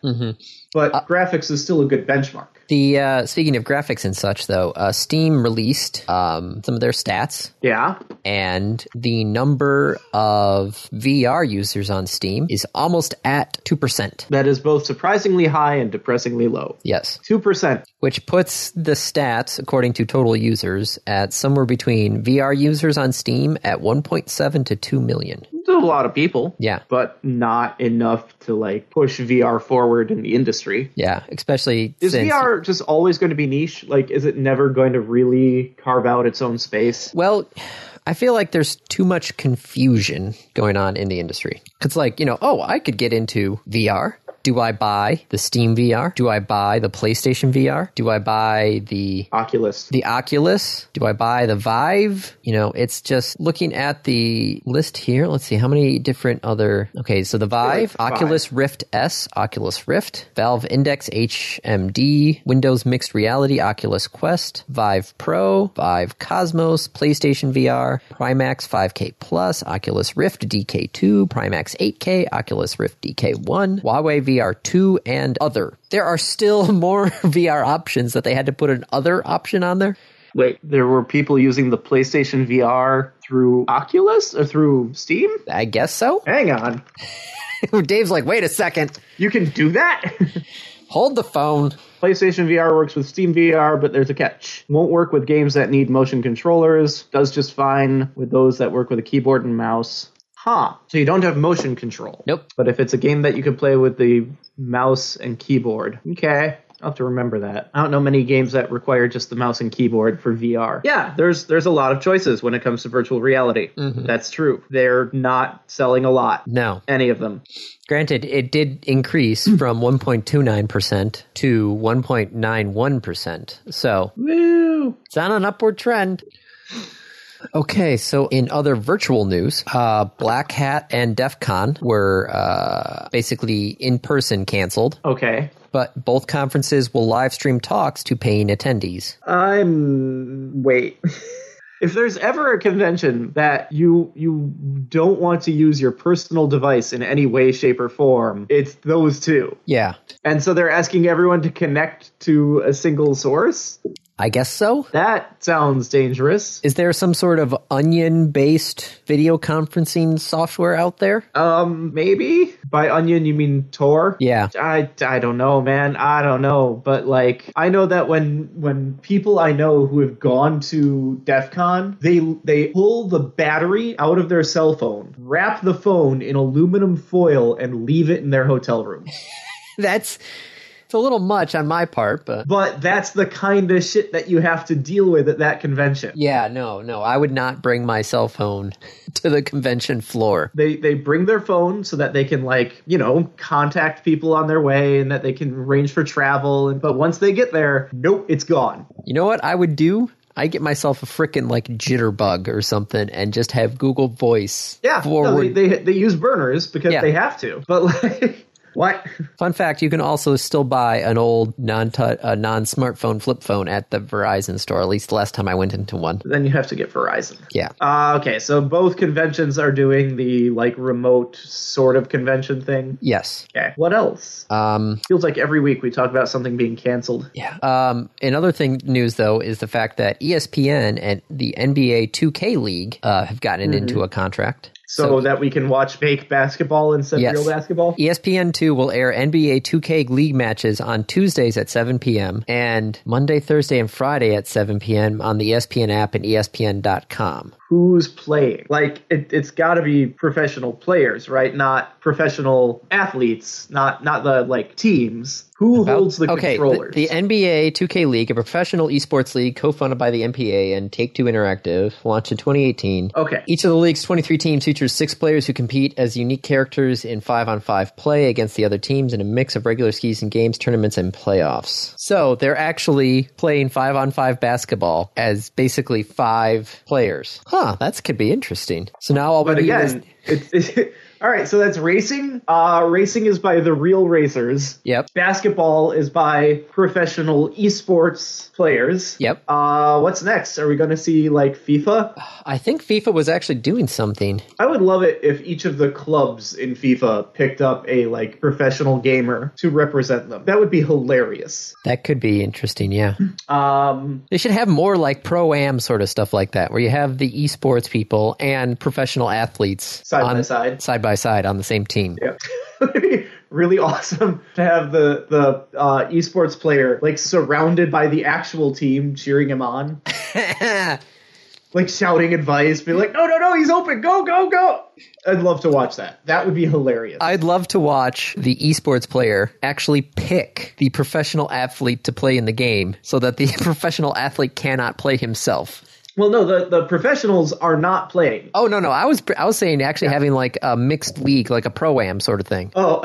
[SPEAKER 2] But graphics is still a good benchmark.
[SPEAKER 1] The uh, speaking of graphics and such, though, uh, Steam released um, some of their stats,
[SPEAKER 2] Yeah.
[SPEAKER 1] and the number of VR users on Steam is almost at two percent.
[SPEAKER 2] That is both surprisingly high and depressingly low.
[SPEAKER 1] Yes,
[SPEAKER 2] 2%.
[SPEAKER 1] which puts the stats, according to total users, at somewhere between VR users on Steam at 1.7 to 2 million.
[SPEAKER 2] It's a lot of people.
[SPEAKER 1] Yeah.
[SPEAKER 2] But not enough to like push VR forward in the industry.
[SPEAKER 1] Yeah, especially
[SPEAKER 2] Is
[SPEAKER 1] since
[SPEAKER 2] VR just always going to be niche? Like, is it never going to really carve out its own space?
[SPEAKER 1] Well, I feel like there's too much confusion going on in the industry. It's like, you know, oh, I could get into VR. Do I buy the Steam VR? Do I buy the PlayStation VR? Do I buy the
[SPEAKER 2] Oculus.
[SPEAKER 1] the Oculus? Do I buy the Vive? You know, it's just looking at the list here. Let's see how many different other. Okay, so the Vive,
[SPEAKER 2] five.
[SPEAKER 1] Oculus Rift S, Oculus Rift, Valve Index HMD, Windows Mixed Reality, Oculus Quest, Vive Pro, Vive Cosmos, PlayStation VR, Primax 5K Plus, Oculus Rift DK2, Primax 8K, Oculus Rift DK1, Huawei VR2, and other. There are still more VR options that they had to put an other option on there.
[SPEAKER 2] Wait, there were people using the PlayStation VR through Oculus or through Steam?
[SPEAKER 1] I guess so.
[SPEAKER 2] Hang on.
[SPEAKER 1] Dave's like, wait a second,
[SPEAKER 2] You can do that?
[SPEAKER 1] hold the phone.
[SPEAKER 2] PlayStation VR works with Steam VR, but there's a catch. Won't work with games that need motion controllers, does just fine with those that work with a keyboard and mouse. Huh. So you don't have motion control.
[SPEAKER 1] Nope.
[SPEAKER 2] But if it's a game that you could play with the mouse and keyboard. Okay. I'll have to remember that. I don't know many games that require just the mouse and keyboard for VR. Yeah, there's there's a lot of choices when it comes to virtual reality. That's true. They're not selling a lot.
[SPEAKER 1] No.
[SPEAKER 2] Any of them.
[SPEAKER 1] Granted, it did increase from 1.29% to 1.91%. So
[SPEAKER 2] Woo!
[SPEAKER 1] it's on an upward trend. Okay, so in other virtual news, uh, Black Hat and DEF CON were uh, basically in person canceled,
[SPEAKER 2] Okay.
[SPEAKER 1] but both conferences will live stream talks to paying attendees.
[SPEAKER 2] I'm wait. if there's ever a convention that you you don't want to use your personal device in any way, shape, or form, it's those two.
[SPEAKER 1] Yeah,
[SPEAKER 2] And so they're asking everyone to connect to a single source.
[SPEAKER 1] I guess so.
[SPEAKER 2] That sounds dangerous.
[SPEAKER 1] Is there some sort of onion based video conferencing software out there?
[SPEAKER 2] Um, maybe by onion you mean Tor?
[SPEAKER 1] Yeah.
[SPEAKER 2] I, I don't know, man. I don't know, but like I know that when when people I know who have gone to DEF CON, they they pull the battery out of their cell phone, wrap the phone in aluminum foil, and leave it in their hotel room.
[SPEAKER 1] That's it's a little much on my part, but
[SPEAKER 2] But that's the kind of shit that you have to deal with at that convention.
[SPEAKER 1] yeah, no, no, I would not bring my cell phone to the convention floor.
[SPEAKER 2] they they bring their phone so that they can like you know contact people on their way and that they can arrange for travel and but once they get there nope it's gone
[SPEAKER 1] You know what I would do? I get myself a frickin' like jitterbug or something and just have Google Voice
[SPEAKER 2] yeah no, they,
[SPEAKER 1] forward.
[SPEAKER 2] they they use burners because
[SPEAKER 1] Yeah.
[SPEAKER 2] they have to but like what
[SPEAKER 1] Fun fact, you can also still buy an old non uh, non smartphone flip phone at the Verizon store, at least the last time I went into one.
[SPEAKER 2] then you have to get verizon
[SPEAKER 1] Yeah.
[SPEAKER 2] uh, okay so both conventions are doing the like remote sort of convention thing
[SPEAKER 1] Yes.
[SPEAKER 2] okay what else
[SPEAKER 1] Um
[SPEAKER 2] feels like every week we talk about something being canceled
[SPEAKER 1] Yeah. Um, another thing news though is the fact that E ESPN and the NBA 2K League uh, have gotten into a contract.
[SPEAKER 2] Mm-hmm. so, that we can watch fake basketball instead
[SPEAKER 1] Yes.
[SPEAKER 2] of real basketball
[SPEAKER 1] E ESPN2 will air NBA 2K League matches on Tuesdays at 7 p.m. and Monday, Thursday, and Friday at 7 p.m. on the E ESPN app and ESPN.com.
[SPEAKER 2] who's playing. Like it, it's got to be professional players, right? Not professional athletes, not not the like teams. Who holds the
[SPEAKER 1] okay,
[SPEAKER 2] controllers?
[SPEAKER 1] The, the NBA 2K League, a professional esports league co-funded by the NPA and Take Two Interactive, launched in 2018.
[SPEAKER 2] Okay.
[SPEAKER 1] Each of the league's 23 teams features six players who compete as unique characters in five-on-five play against the other teams in a mix of regular season games, tournaments, and playoffs. So they're actually playing five-on-five basketball as basically five players. Huh, that could be interesting. So now all
[SPEAKER 2] but
[SPEAKER 1] we need is-
[SPEAKER 2] again, it's, it's all right. So that's racing. Uh, racing is by the real racers.
[SPEAKER 1] Yep.
[SPEAKER 2] Basketball is by professional esports players.
[SPEAKER 1] Yep.
[SPEAKER 2] Uh, what's next? Are we going to see like FIFA?
[SPEAKER 1] I think FIFA was actually doing something.
[SPEAKER 2] I would love it if each of the clubs in FIFA picked up a like professional gamer to represent them. That would be hilarious.
[SPEAKER 1] That could be interesting, yeah.
[SPEAKER 2] Um,
[SPEAKER 1] They should have more like pro am sort of stuff like that, where you have the esports people and professional athletes
[SPEAKER 2] Side by
[SPEAKER 1] on-
[SPEAKER 2] side.
[SPEAKER 1] side by side on the same team.
[SPEAKER 2] yeah. It'd be really awesome to have the the uh, esports player like surrounded by the actual team cheering him on, like shouting advice, be like, "No, no, no, he's open, go, go, go!" I'd love to watch that. That would be hilarious.
[SPEAKER 1] I'd love to watch the esports player actually pick the professional athlete to play in the game, so that the professional athlete cannot play himself.
[SPEAKER 2] well, no, the the professionals are not playing.
[SPEAKER 1] Oh no, no, I was I was saying actually having like a mixed league, like a pro am sort of thing.
[SPEAKER 2] Oh,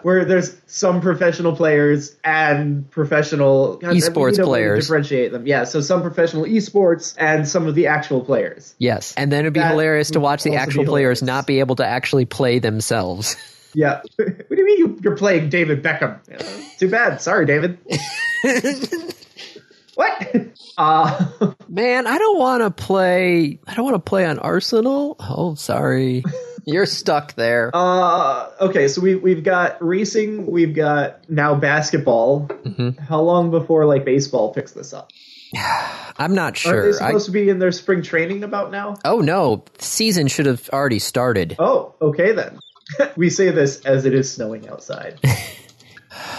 [SPEAKER 2] where there's some professional players and professional God, we need a
[SPEAKER 1] Esports
[SPEAKER 2] way to
[SPEAKER 1] players.
[SPEAKER 2] differentiate them. Yeah, so some professional esports and some of the actual players.
[SPEAKER 1] Yes, and then it'd be
[SPEAKER 2] That
[SPEAKER 1] hilarious to
[SPEAKER 2] would
[SPEAKER 1] watch the
[SPEAKER 2] also be
[SPEAKER 1] actual players
[SPEAKER 2] hilarious.
[SPEAKER 1] not be able to actually play themselves.
[SPEAKER 2] Yeah. what do you mean you, you're playing David Beckham? Yeah, Too bad. Sorry, David. what? Uh,
[SPEAKER 1] Man, I don't want to play. I don't want to play on Arsenal. Oh, sorry. You're stuck there.
[SPEAKER 2] uh, okay, so we, we've got racing, we've got now basketball.
[SPEAKER 1] Mm-hmm.
[SPEAKER 2] How long before, like, baseball picks this up?
[SPEAKER 1] I'm not
[SPEAKER 2] Are they
[SPEAKER 1] sure. I,
[SPEAKER 2] supposed to be in their spring training about now?
[SPEAKER 1] oh no, season should have already started.
[SPEAKER 2] Oh, okay then. we say this as it is snowing outside.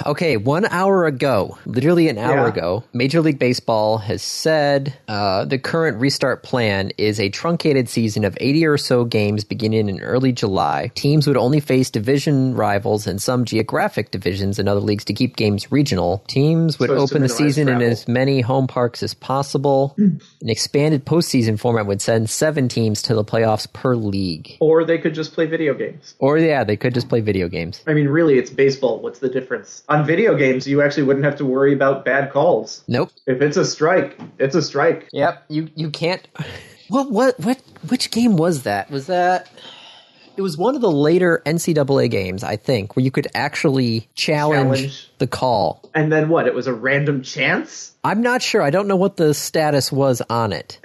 [SPEAKER 1] Okay, one hour ago, literally an hour
[SPEAKER 2] Yeah.
[SPEAKER 1] ago, Major League Baseball has said uh, the current restart plan is a truncated season of 80 or so games beginning in early July. Teams would only face division rivals and some geographic divisions in other leagues to keep games regional. Teams would
[SPEAKER 2] So as to
[SPEAKER 1] open the
[SPEAKER 2] minimize
[SPEAKER 1] season in
[SPEAKER 2] travel. Mm.
[SPEAKER 1] as many home parks as possible. An expanded postseason format would send seven teams to the playoffs per league.
[SPEAKER 2] Or they could just play video games.
[SPEAKER 1] Or, yeah, they could just play video games.
[SPEAKER 2] I mean, really, it's baseball. What's the difference? On video games, you actually wouldn't have to worry about bad calls.
[SPEAKER 1] Nope.
[SPEAKER 2] If it's a strike, it's a strike.
[SPEAKER 1] Yep. You you can't. What what what? Which game was that? Was that? It was one of the later NCAA games, I think, where you could actually challenge,
[SPEAKER 2] Challenge.
[SPEAKER 1] the call.
[SPEAKER 2] And then what? It was a random chance?
[SPEAKER 1] I'm not sure. I don't know what the status was on it.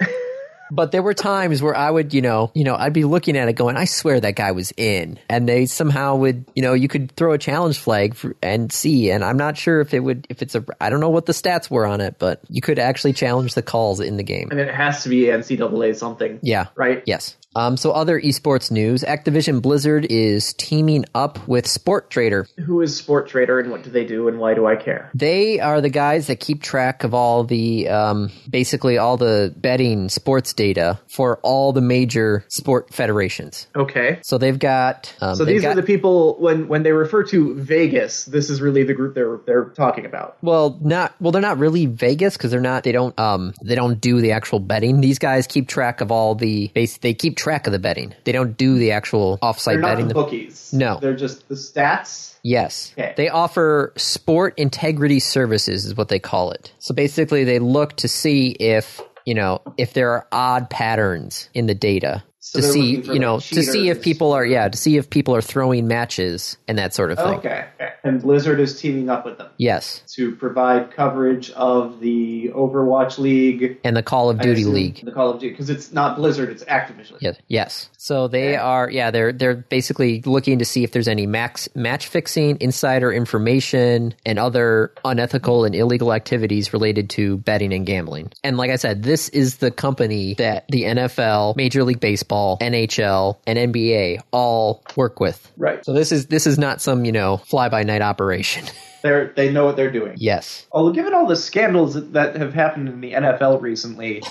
[SPEAKER 1] But there were times where I would, you know, you know, I'd be looking at it going, I swear that guy was in. And they somehow would, you know, you could throw a challenge flag for, and see. And I'm not sure if it would, if it's a, I don't know what the stats were on it, but you could actually challenge the calls in the game.
[SPEAKER 2] I mean, it has to be NCAA something.
[SPEAKER 1] Yeah.
[SPEAKER 2] Right?
[SPEAKER 1] Yes. Um, so other esports news: Activision Blizzard is teaming up with Sport Trader.
[SPEAKER 2] Who is Sport Trader and what do they do and why do I care?
[SPEAKER 1] They are the guys that keep track of all the, um, basically all the betting sports data for all the major sport federations.
[SPEAKER 2] Okay.
[SPEAKER 1] So they've got. Um,
[SPEAKER 2] So
[SPEAKER 1] they've
[SPEAKER 2] these
[SPEAKER 1] got,
[SPEAKER 2] are the people when when they refer to Vegas, this is really the group they're they're talking about.
[SPEAKER 1] Well, not well. They're not really Vegas because they're not. They don't. Um, they don't do the actual betting. These guys keep track of all the. They, they keep track of the betting. They don't do the actual
[SPEAKER 2] They're
[SPEAKER 1] offsite
[SPEAKER 2] not
[SPEAKER 1] betting.
[SPEAKER 2] the bookies.
[SPEAKER 1] No.
[SPEAKER 2] They're just the stats.
[SPEAKER 1] Yes.
[SPEAKER 2] Okay.
[SPEAKER 1] They offer sport integrity services is what they call it. So basically they look to see if, you know, if there are odd patterns in the data.
[SPEAKER 2] So
[SPEAKER 1] to
[SPEAKER 2] they're
[SPEAKER 1] see,
[SPEAKER 2] looking for,
[SPEAKER 1] you know,
[SPEAKER 2] like,
[SPEAKER 1] to see if
[SPEAKER 2] cheaters.
[SPEAKER 1] people are yeah, to see if people are throwing matches and that sort of thing.
[SPEAKER 2] Okay. And Blizzard is teaming up with them
[SPEAKER 1] Yes.
[SPEAKER 2] to provide coverage of the Overwatch League,
[SPEAKER 1] And the Call of
[SPEAKER 2] I
[SPEAKER 1] Duty
[SPEAKER 2] assume
[SPEAKER 1] League.
[SPEAKER 2] the Call of Duty, because it's not Blizzard, it's Activision.
[SPEAKER 1] Yes. Yes. So they
[SPEAKER 2] Okay.
[SPEAKER 1] are yeah, they're they're basically looking to see if there's any max match fixing, insider information, and other unethical and illegal activities related to betting and gambling. And like I said, this is the company that the NFL, Major League Baseball, NHL, and NBA all work with.
[SPEAKER 2] Right.
[SPEAKER 1] So this is this is not some, you know, fly by night operation.
[SPEAKER 2] They're they know what they're doing.
[SPEAKER 1] yes.
[SPEAKER 2] Although, given all the scandals that have happened in the NFL recently,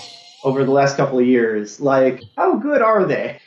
[SPEAKER 2] over the last couple of years, like how good are they?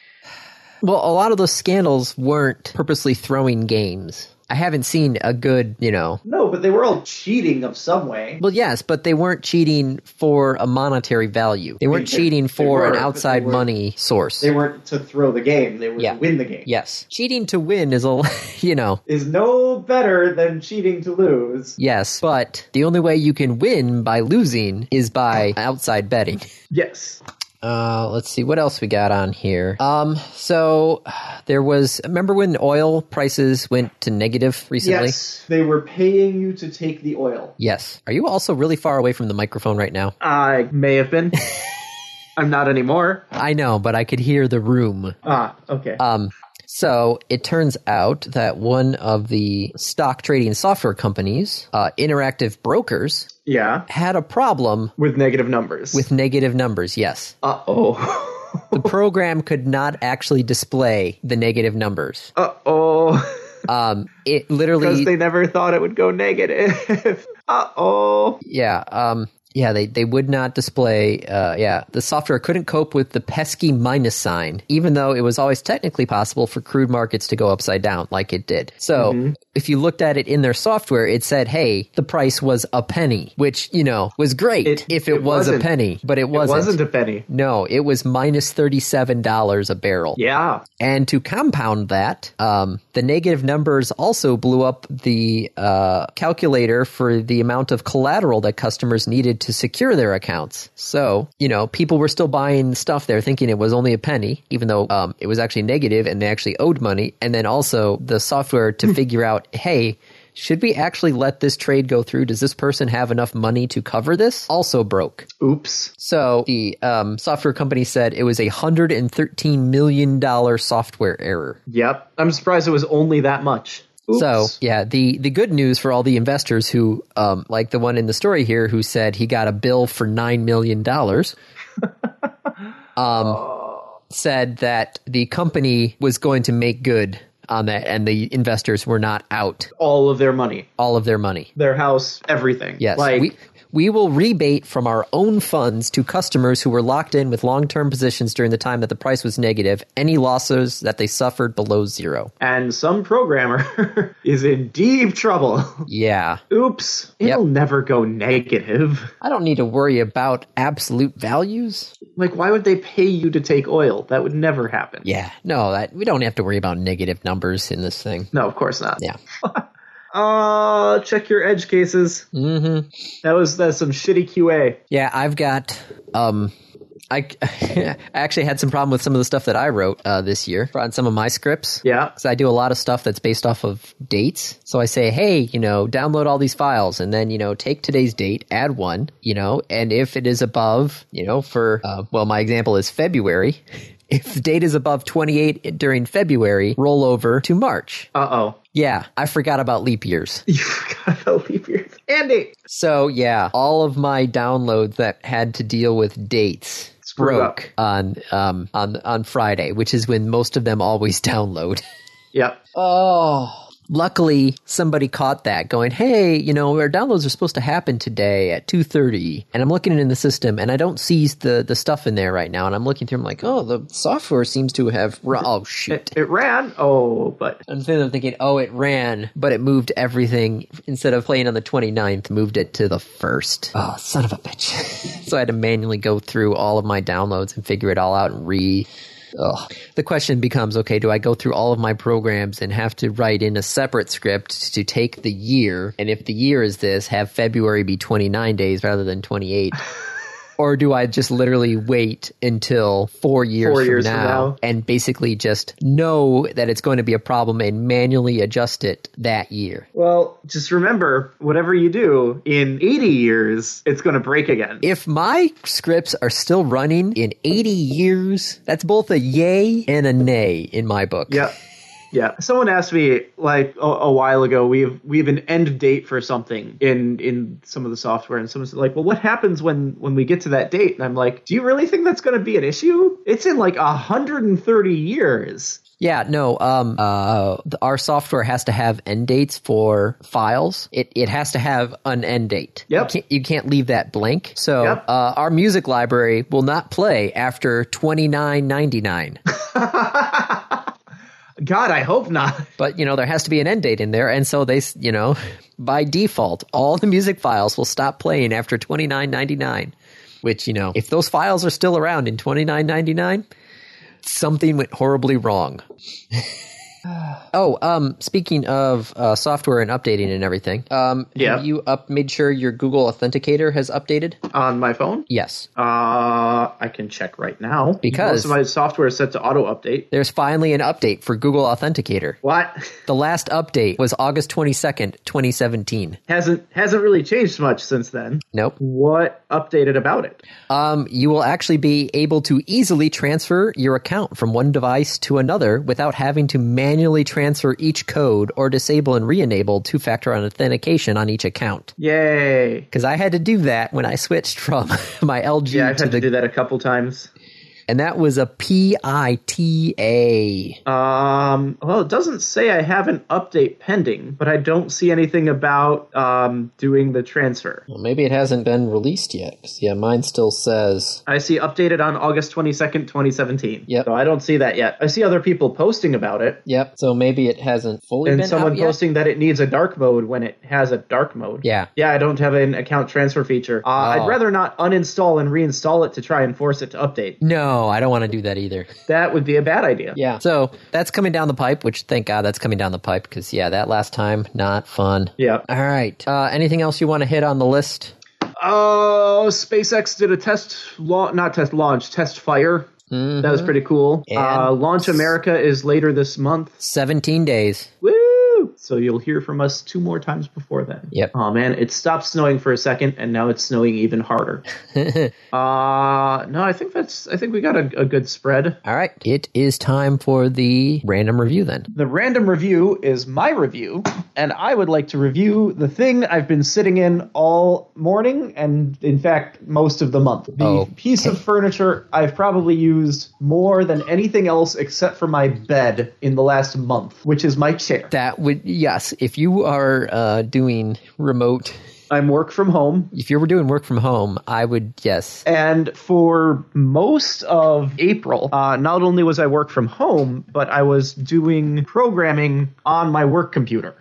[SPEAKER 1] Well, a lot of those scandals weren't purposely throwing games. I haven't seen a good, you know,
[SPEAKER 2] No, but they were all cheating of some way.
[SPEAKER 1] Well, yes, but they weren't cheating for a monetary value. They weren't
[SPEAKER 2] They-
[SPEAKER 1] cheating
[SPEAKER 2] they
[SPEAKER 1] for
[SPEAKER 2] were, but
[SPEAKER 1] an
[SPEAKER 2] they
[SPEAKER 1] outside
[SPEAKER 2] were-
[SPEAKER 1] money source.
[SPEAKER 2] They weren't to throw the game; they were
[SPEAKER 1] Yeah.
[SPEAKER 2] to win the game.
[SPEAKER 1] yes. Cheating to win is a, you know,
[SPEAKER 2] Is no better than cheating to lose.
[SPEAKER 1] yes, but the only way you can win by losing is by outside betting.
[SPEAKER 2] Yes.
[SPEAKER 1] Uh, let's see what else we got on here. Um, so there was remember when oil prices went to negative recently?
[SPEAKER 2] Yes. They were paying you to take the oil.
[SPEAKER 1] Yes. Are you also really far away from the microphone right now?
[SPEAKER 2] I may have been. I'm not anymore.
[SPEAKER 1] I know, but I could hear the room.
[SPEAKER 2] Ah, okay.
[SPEAKER 1] Um, so it turns out that one of the stock trading software companies, uh, Interactive Brokers,
[SPEAKER 2] yeah.
[SPEAKER 1] had a problem
[SPEAKER 2] With negative numbers.
[SPEAKER 1] with negative numbers. Yes.
[SPEAKER 2] uh oh.
[SPEAKER 1] The program could not actually display the negative numbers.
[SPEAKER 2] uh oh.
[SPEAKER 1] Um, it
[SPEAKER 2] because
[SPEAKER 1] literally,
[SPEAKER 2] they never thought it would go negative. uh oh.
[SPEAKER 1] yeah, um, yeah, they, they would not display, uh, yeah, the software couldn't cope with the pesky minus sign, even though it was always technically possible for crude markets to go upside down like it did. So if you looked at it in their software, it said, hey, the price was a penny, which, you know, was great
[SPEAKER 2] It-
[SPEAKER 1] if it,
[SPEAKER 2] it
[SPEAKER 1] was a
[SPEAKER 2] wasn't.
[SPEAKER 1] penny, but it wasn't.
[SPEAKER 2] Wasn't a penny.
[SPEAKER 1] no, it was minus $37 a barrel.
[SPEAKER 2] Yeah.
[SPEAKER 1] And to compound that, um, the negative numbers also blew up the uh, calculator for the amount of collateral that customers needed to secure their accounts. So, you know, people were still buying stuff there thinking it was only a penny, even though um, it was actually negative and they actually owed money. And then also the software to figure out, hey, should we actually let this trade go through? Does this person have enough money to cover this? Also broke.
[SPEAKER 2] Oops.
[SPEAKER 1] So the um, software company said it was a hundred and thirteen million dollar software error.
[SPEAKER 2] Yep. I'm surprised it was only that much. Oops.
[SPEAKER 1] So yeah, the the good news for all the investors who, um, like the one in the story here, who said he got a bill for nine million dollars. um, said that the company was going to make good on that, and the investors were not out
[SPEAKER 2] all of their money,
[SPEAKER 1] all of their money.
[SPEAKER 2] their house, everything.
[SPEAKER 1] Yes,
[SPEAKER 2] Like,
[SPEAKER 1] we we will rebate from our own funds to customers who were locked in with long term positions during the time that the price was negative. Any losses that they suffered below zero.
[SPEAKER 2] and some programmer is in deep trouble.
[SPEAKER 1] Yeah,
[SPEAKER 2] Oops, it'll never go negative.
[SPEAKER 1] I don't need to worry about absolute values.
[SPEAKER 2] Like, why would they pay you to take oil? That would never happen.
[SPEAKER 1] Yeah, no, that we don't have to worry about negative numbers in this thing.
[SPEAKER 2] No, of course not.
[SPEAKER 1] Yeah.
[SPEAKER 2] Uh, check your edge cases.
[SPEAKER 1] hmm
[SPEAKER 2] That was that's some shitty QA.
[SPEAKER 1] Yeah, I've got. Um, I, I actually had some problem with some of the stuff that I wrote uh, this year on some of my scripts.
[SPEAKER 2] Yeah.
[SPEAKER 1] Because I do a lot of stuff that's based off of dates. So I say, hey, you know, download all these files and then, you know, take today's date, add one, you know, and if it is above, you know, for, uh, well, my example is February. If the date is above 28 during February, roll over to March.
[SPEAKER 2] Uh oh.
[SPEAKER 1] Yeah, I forgot about leap years.
[SPEAKER 2] You forgot about leap year. Andy,
[SPEAKER 1] So yeah, all of my downloads that had to deal with dates
[SPEAKER 2] Screwed up.
[SPEAKER 1] broke on um on on Friday, which is when most of them always download.
[SPEAKER 2] Yep.
[SPEAKER 1] Oh. Luckily, somebody caught that going, "Hey, you know, our downloads are supposed to happen today at 2:30." And I'm looking in the system and I don't see the the stuff in there right now and I'm looking through I'm like, "Oh, the software seems to have run. oh shoot."
[SPEAKER 2] It ran. Oh, but
[SPEAKER 1] I'm thinking, I'm thinking, "Oh, it ran, but it moved everything instead of playing on the 29th, moved it to the 1st." Oh, son of a bitch. so I had to manually go through all of my downloads and figure it all out and re Ugh. The question becomes okay, do I go through all of my programs and have to write in a separate script to take the year? And if the year is this, have February be 29 days rather than 28? or do I just literally wait until four years,
[SPEAKER 2] Four
[SPEAKER 1] from,
[SPEAKER 2] years from
[SPEAKER 1] now
[SPEAKER 2] now.
[SPEAKER 1] and basically just know that it's going to be a problem and manually adjust it that year?
[SPEAKER 2] well, just remember, whatever you do in 80 years, it's going to break again.
[SPEAKER 1] If my scripts are still running in 80 years, that's both a yay and a nay in my book.
[SPEAKER 2] Yep. Yeah. Someone asked me like a, a while ago. We have we have an end date for something in in some of the software, and someone's like, "Well, what happens when when we get to that date?" And I'm like, "Do you really think that's going to be an issue? It's in like 130 years."
[SPEAKER 1] Yeah, no. Um, uh, th- our software has to have end dates for files. It it has to have an end date.
[SPEAKER 2] Yep.
[SPEAKER 1] You can't, you can't leave that blank. So
[SPEAKER 2] Yep.
[SPEAKER 1] uh, our music library will not play after twenty nine ninety nine.
[SPEAKER 2] God, I hope not.
[SPEAKER 1] but you know there has to be an end date in there, and so they s- you know by default all the music files will stop playing after twenty nine ninety nine. Which you know if those files are still around in twenty nine ninety nine, something went horribly wrong. Oh, um, speaking of uh, software and updating and everything, um,
[SPEAKER 2] Yeah.
[SPEAKER 1] have you up made sure your Google Authenticator has updated?
[SPEAKER 2] On my phone,
[SPEAKER 1] Yes,
[SPEAKER 2] uh, I can check right now
[SPEAKER 1] Because-
[SPEAKER 2] most of my software is set to auto update.
[SPEAKER 1] there's finally an update for Google Authenticator.
[SPEAKER 2] What
[SPEAKER 1] The last update was August twenty second, twenty seventeen.
[SPEAKER 2] hasn't hasn't really changed much since then.
[SPEAKER 1] Nope.
[SPEAKER 2] What updated about it?
[SPEAKER 1] Um, you will actually be able to easily transfer your account from one device to another without having to manually transfer each code or disable and re-enable two-factor authentication on each account.
[SPEAKER 2] Yay!
[SPEAKER 1] Because I had to do that when I switched from my LG
[SPEAKER 2] Yeah, I've
[SPEAKER 1] to
[SPEAKER 2] had
[SPEAKER 1] the,
[SPEAKER 2] to do that a couple times.
[SPEAKER 1] and that was a PITA.
[SPEAKER 2] Um, well, it doesn't say I have an update pending, but I don't see anything about um, doing the transfer.
[SPEAKER 1] Well, maybe it hasn't been released yet. 'cause, yeah, mine still says
[SPEAKER 2] I see updated on August 22nd, 2017.
[SPEAKER 1] Yep.
[SPEAKER 2] So I don't see that yet. I see other people posting about it,
[SPEAKER 1] yep. So maybe it hasn't fully
[SPEAKER 2] and
[SPEAKER 1] been
[SPEAKER 2] someone
[SPEAKER 1] out yet.
[SPEAKER 2] posting that it needs a dark mode when it has a dark mode.
[SPEAKER 1] Yeah.
[SPEAKER 2] Yeah, I don't have an account transfer feature. Uh,
[SPEAKER 1] Oh.
[SPEAKER 2] I'd rather not uninstall and reinstall it to try and force it to update.
[SPEAKER 1] No, I don't want to do that either.
[SPEAKER 2] That would be a bad idea.
[SPEAKER 1] Yeah. So that's coming down the pipe, which thank God that's coming down the pipe because, yeah, that last time, not fun.
[SPEAKER 2] Yeah.
[SPEAKER 1] All right. Uh, anything else you want to hit on the list?
[SPEAKER 2] Oh, SpaceX did a test, la- not test launch, test fire. That was pretty cool. Uh,
[SPEAKER 1] Mm-hmm. And-
[SPEAKER 2] launch America is later this month.
[SPEAKER 1] 17 days.
[SPEAKER 2] Woo! so you'll hear from us two more times before then.
[SPEAKER 1] Yep.
[SPEAKER 2] Oh man, it stopped snowing for a second, and now it's snowing even harder. uh no, I think that's. I think we got a, a good spread.
[SPEAKER 1] All right, it is time for the random review then.
[SPEAKER 2] The random review is my review, and I would like to review the thing I've been sitting in all morning, and in fact, most of the month. The
[SPEAKER 1] Oh,
[SPEAKER 2] piece of furniture I've probably used more than anything else except for my bed in the last month, which is my chair.
[SPEAKER 1] That would yes, if you are uh, doing remote,
[SPEAKER 2] I'm work from home.
[SPEAKER 1] if you were doing work from home, I would yes.
[SPEAKER 2] And for most of April, uh, not only was I work from home, but I was doing programming on my work computer,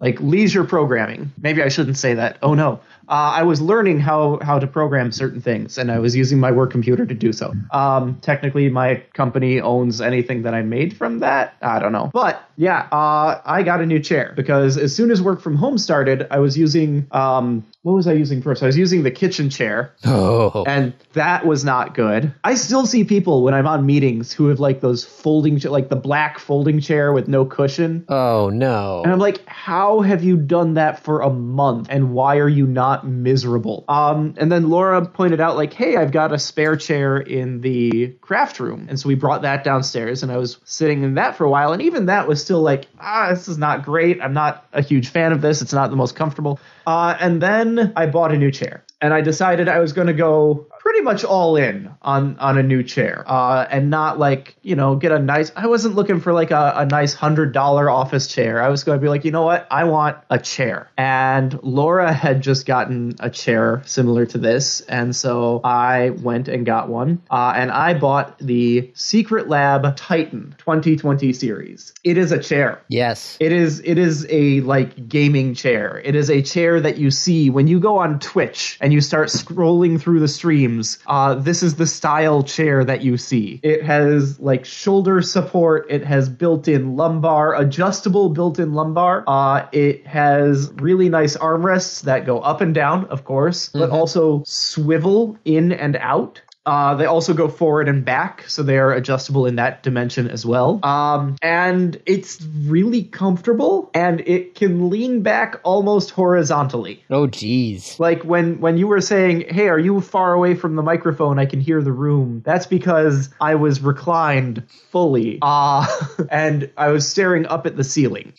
[SPEAKER 2] like leisure programming. Maybe I shouldn't say that. Oh no. Uh, I was learning how, how to program certain things, and I was using my work computer to do so. Um, technically, my company owns anything that I made from that. I don't know. But yeah, uh, I got a new chair because as soon as work from home started, I was using um, what was I using first? I was using the kitchen chair
[SPEAKER 1] Oh,
[SPEAKER 2] and that was not good. I still see people when I'm on meetings who have like those folding, cha- like the black folding chair with no cushion.
[SPEAKER 1] oh
[SPEAKER 2] And
[SPEAKER 1] no.
[SPEAKER 2] I'm like, how have you done that for a month? And why are you not miserable? Um, and then Laura pointed out, like, hey, I've got a spare chair in the craft room. And so we brought that downstairs and I was sitting in that for a while. And even that was still like, ah, this is not great. I'm not a huge fan of this. It's not the most comfortable. Uh, and then I bought a new chair and I decided I was going to go pretty much all in on on a new chair, uh, and not like you know get a nice. I wasn't looking for like a, a nice hundred dollar office chair. I was going to be like, you know what, I want a chair. And Laura had just gotten a chair similar to this, and so I went and got one, uh, and I bought the Secret Lab Titan 2020 series. It is a chair.
[SPEAKER 1] Yes.
[SPEAKER 2] It is it is a like gaming chair. It is a chair that you see when you go on Twitch and you start scrolling through the streams. Uh, this is the style chair that you see. It has like shoulder support. It has built-in lumbar, adjustable built-in lumbar. Uh, it has really nice armrests that go up and down, of course, but also swivel in and out. Uh, they also go forward and back, so they are adjustable in that dimension as well. Um, and it's really comfortable, and it can lean back almost horizontally.
[SPEAKER 1] Oh geez.
[SPEAKER 2] Like when when you were saying, "Hey, are you far away from the microphone? I can hear the room." That's because I was reclined fully, uh, and I was staring up at the ceiling.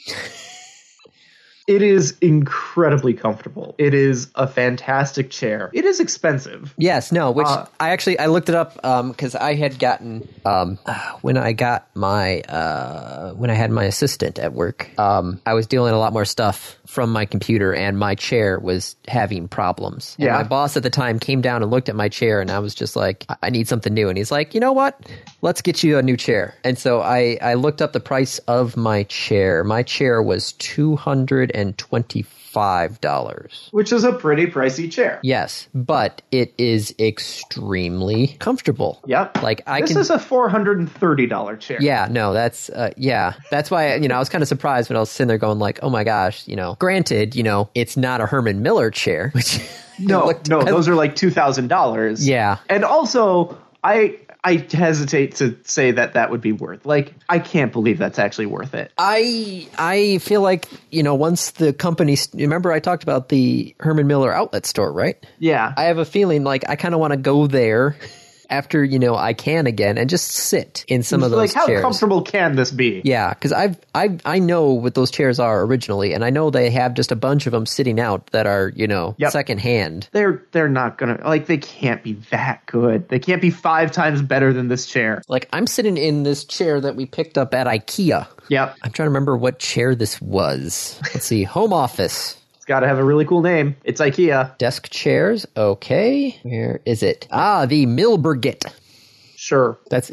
[SPEAKER 2] It is incredibly comfortable. It is a fantastic chair. It is expensive.
[SPEAKER 1] Yes, no, which
[SPEAKER 2] Uh,
[SPEAKER 1] I actually I looked it up because I had gotten um, when I got my uh, when I had my assistant at work, um, I was dealing a lot more stuff from my computer, and my chair was having problems. And
[SPEAKER 2] Yeah.
[SPEAKER 1] my boss at the time came down and looked at my chair, and I was just like, "I- I need something new, and he's like, you know what? Let's get you a new chair. And so I I looked up the price of my chair. My chair was two hundred and twenty five dollars.
[SPEAKER 2] which is a pretty pricey chair.
[SPEAKER 1] Yes, but it is extremely comfortable.
[SPEAKER 2] Yep.
[SPEAKER 1] Like I
[SPEAKER 2] this
[SPEAKER 1] can
[SPEAKER 2] is a four hundred and thirty dollar chair.
[SPEAKER 1] Yeah, no, that's uh, yeah. That's why you know, I was kind of surprised when I was sitting there going like, "Oh my gosh, you know, granted, you know, it's not a Herman Miller chair, which
[SPEAKER 2] No,
[SPEAKER 1] looked-
[SPEAKER 2] no, those are like two thousand dollars.
[SPEAKER 1] Yeah.
[SPEAKER 2] And also, I I hesitate to say that that would be worth. Like, I can't believe that's actually worth it.
[SPEAKER 1] I I feel like, you know, once the company remember I talked about the Herman Miller outlet store, right?
[SPEAKER 2] Yeah.
[SPEAKER 1] I have a feeling like I kind of want to go there after, you know, I can again and just sit in some of those
[SPEAKER 2] like, how
[SPEAKER 1] chairs.
[SPEAKER 2] comfortable can this be?
[SPEAKER 1] Yeah, because I've I I know what those chairs are originally, and I know they have just a bunch of them sitting out that are you know
[SPEAKER 2] Yep.
[SPEAKER 1] secondhand.
[SPEAKER 2] They're they're not gonna like they can't be that good. They can't be five times better than this chair.
[SPEAKER 1] Like I'm sitting in this chair that we picked up at IKEA.
[SPEAKER 2] Yep.
[SPEAKER 1] I'm trying to remember what chair this was. Let's see, home office
[SPEAKER 2] It's gotta have a really cool name. It's IKEA.
[SPEAKER 1] desk chairs. Okay, where is it? Ah, the Milbergit.
[SPEAKER 2] Sure.
[SPEAKER 1] That's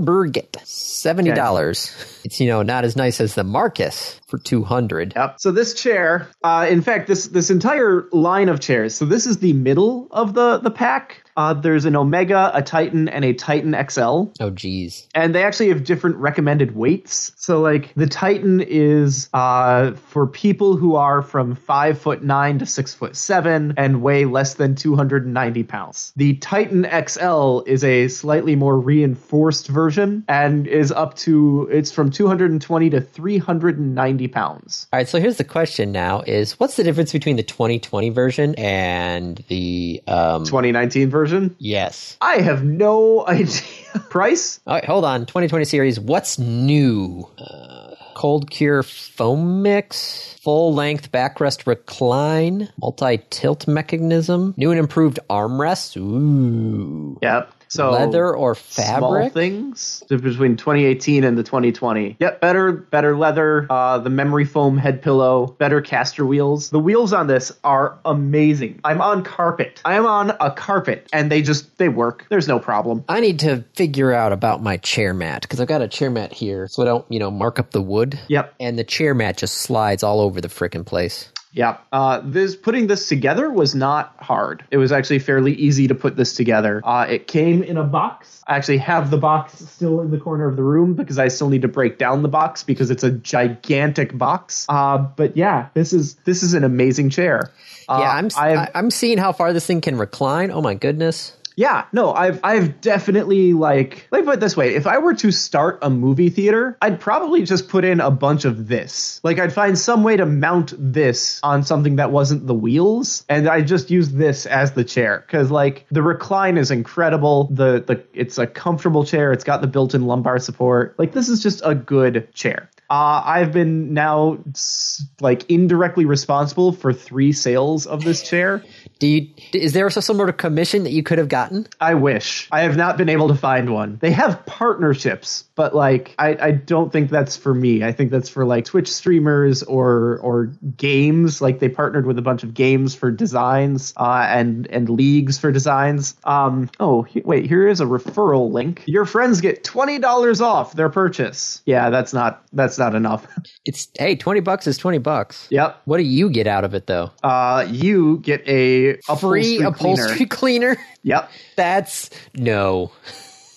[SPEAKER 1] Milbergit. Seventy dollars. It's you know not as nice as the Marcus for two hundred.
[SPEAKER 2] Yep. So this chair, uh, in fact, this this entire line of chairs. So this is the middle of the the pack. Uh, there's an Omega, a Titan, and a Titan XL,
[SPEAKER 1] Oh geez.
[SPEAKER 2] and they actually have different recommended weights. So like the Titan is uh, for people who are from five foot nine to six foot seven and weigh less than 290 pounds. The Titan XL is a slightly more reinforced version and is up to it's from 220 to 390 90 pounds.
[SPEAKER 1] All right, so here's the question now is what's the difference between the 2020 version and the um
[SPEAKER 2] 2019 version?
[SPEAKER 1] yes.
[SPEAKER 2] I have no idea. Price?
[SPEAKER 1] All right, hold on. 2020 series, what's new? Uh, cold cure foam mix, full length backrest recline, multi tilt mechanism, new and improved armrests. Ooh.
[SPEAKER 2] Yep. So
[SPEAKER 1] Leather or
[SPEAKER 2] Oh, Small
[SPEAKER 1] fabric?
[SPEAKER 2] things They're between 2018 and the 2020. Yep, better, better leather. Uh, the memory foam head pillow, better caster wheels. The wheels on this are amazing. I'm on carpet. I am on a carpet, and they just they work. There's no problem.
[SPEAKER 1] I need to figure out about my chair mat because I've got a chair mat here, so I don't, you know, mark up the wood.
[SPEAKER 2] Yep.
[SPEAKER 1] And the chair mat just slides all over the frickin' place.
[SPEAKER 2] Yeah. Uh, this putting this together was not hard. It was actually fairly easy to put this together. Uh, it came in a box. I actually have the box still in the corner of the room because I still need to break down the box because it's a gigantic box. Uh, but yeah, this is this is an amazing chair. Uh,
[SPEAKER 1] yeah, I'm
[SPEAKER 2] I've-
[SPEAKER 1] I, I'm seeing how far this thing can recline. Oh my goodness.
[SPEAKER 2] yeah, no, I've I've definitely like let me put it this way: if I were to start a movie theater, I'd probably just put in a bunch of this. Like I'd find some way to mount this on something that wasn't the wheels, and I just use this as the chair because like the recline is incredible. The the it's a comfortable chair. It's got the built-in lumbar support. Like this is just a good chair. Uh, I've been now s- like indirectly responsible for three sales of this chair.
[SPEAKER 1] Do you is there some sort of commission that you could have gotten?
[SPEAKER 2] I wish. I have not been able to find one. They have partnerships, but like I, I don't think that's for me. I think that's for like Twitch streamers or or games. Like they partnered with a bunch of games for designs uh, and and leagues for designs. Um. Oh he- wait, here is a referral link. Your friends get twenty dollars off their purchase. Yeah, that's not that's not enough.
[SPEAKER 1] It's hey, twenty bucks is twenty bucks.
[SPEAKER 2] yep.
[SPEAKER 1] What do you get out of it though?
[SPEAKER 2] Uh, you get a upholstery
[SPEAKER 1] Free
[SPEAKER 2] cleaner.
[SPEAKER 1] upholstery cleaner?
[SPEAKER 2] Yep.
[SPEAKER 1] That's no.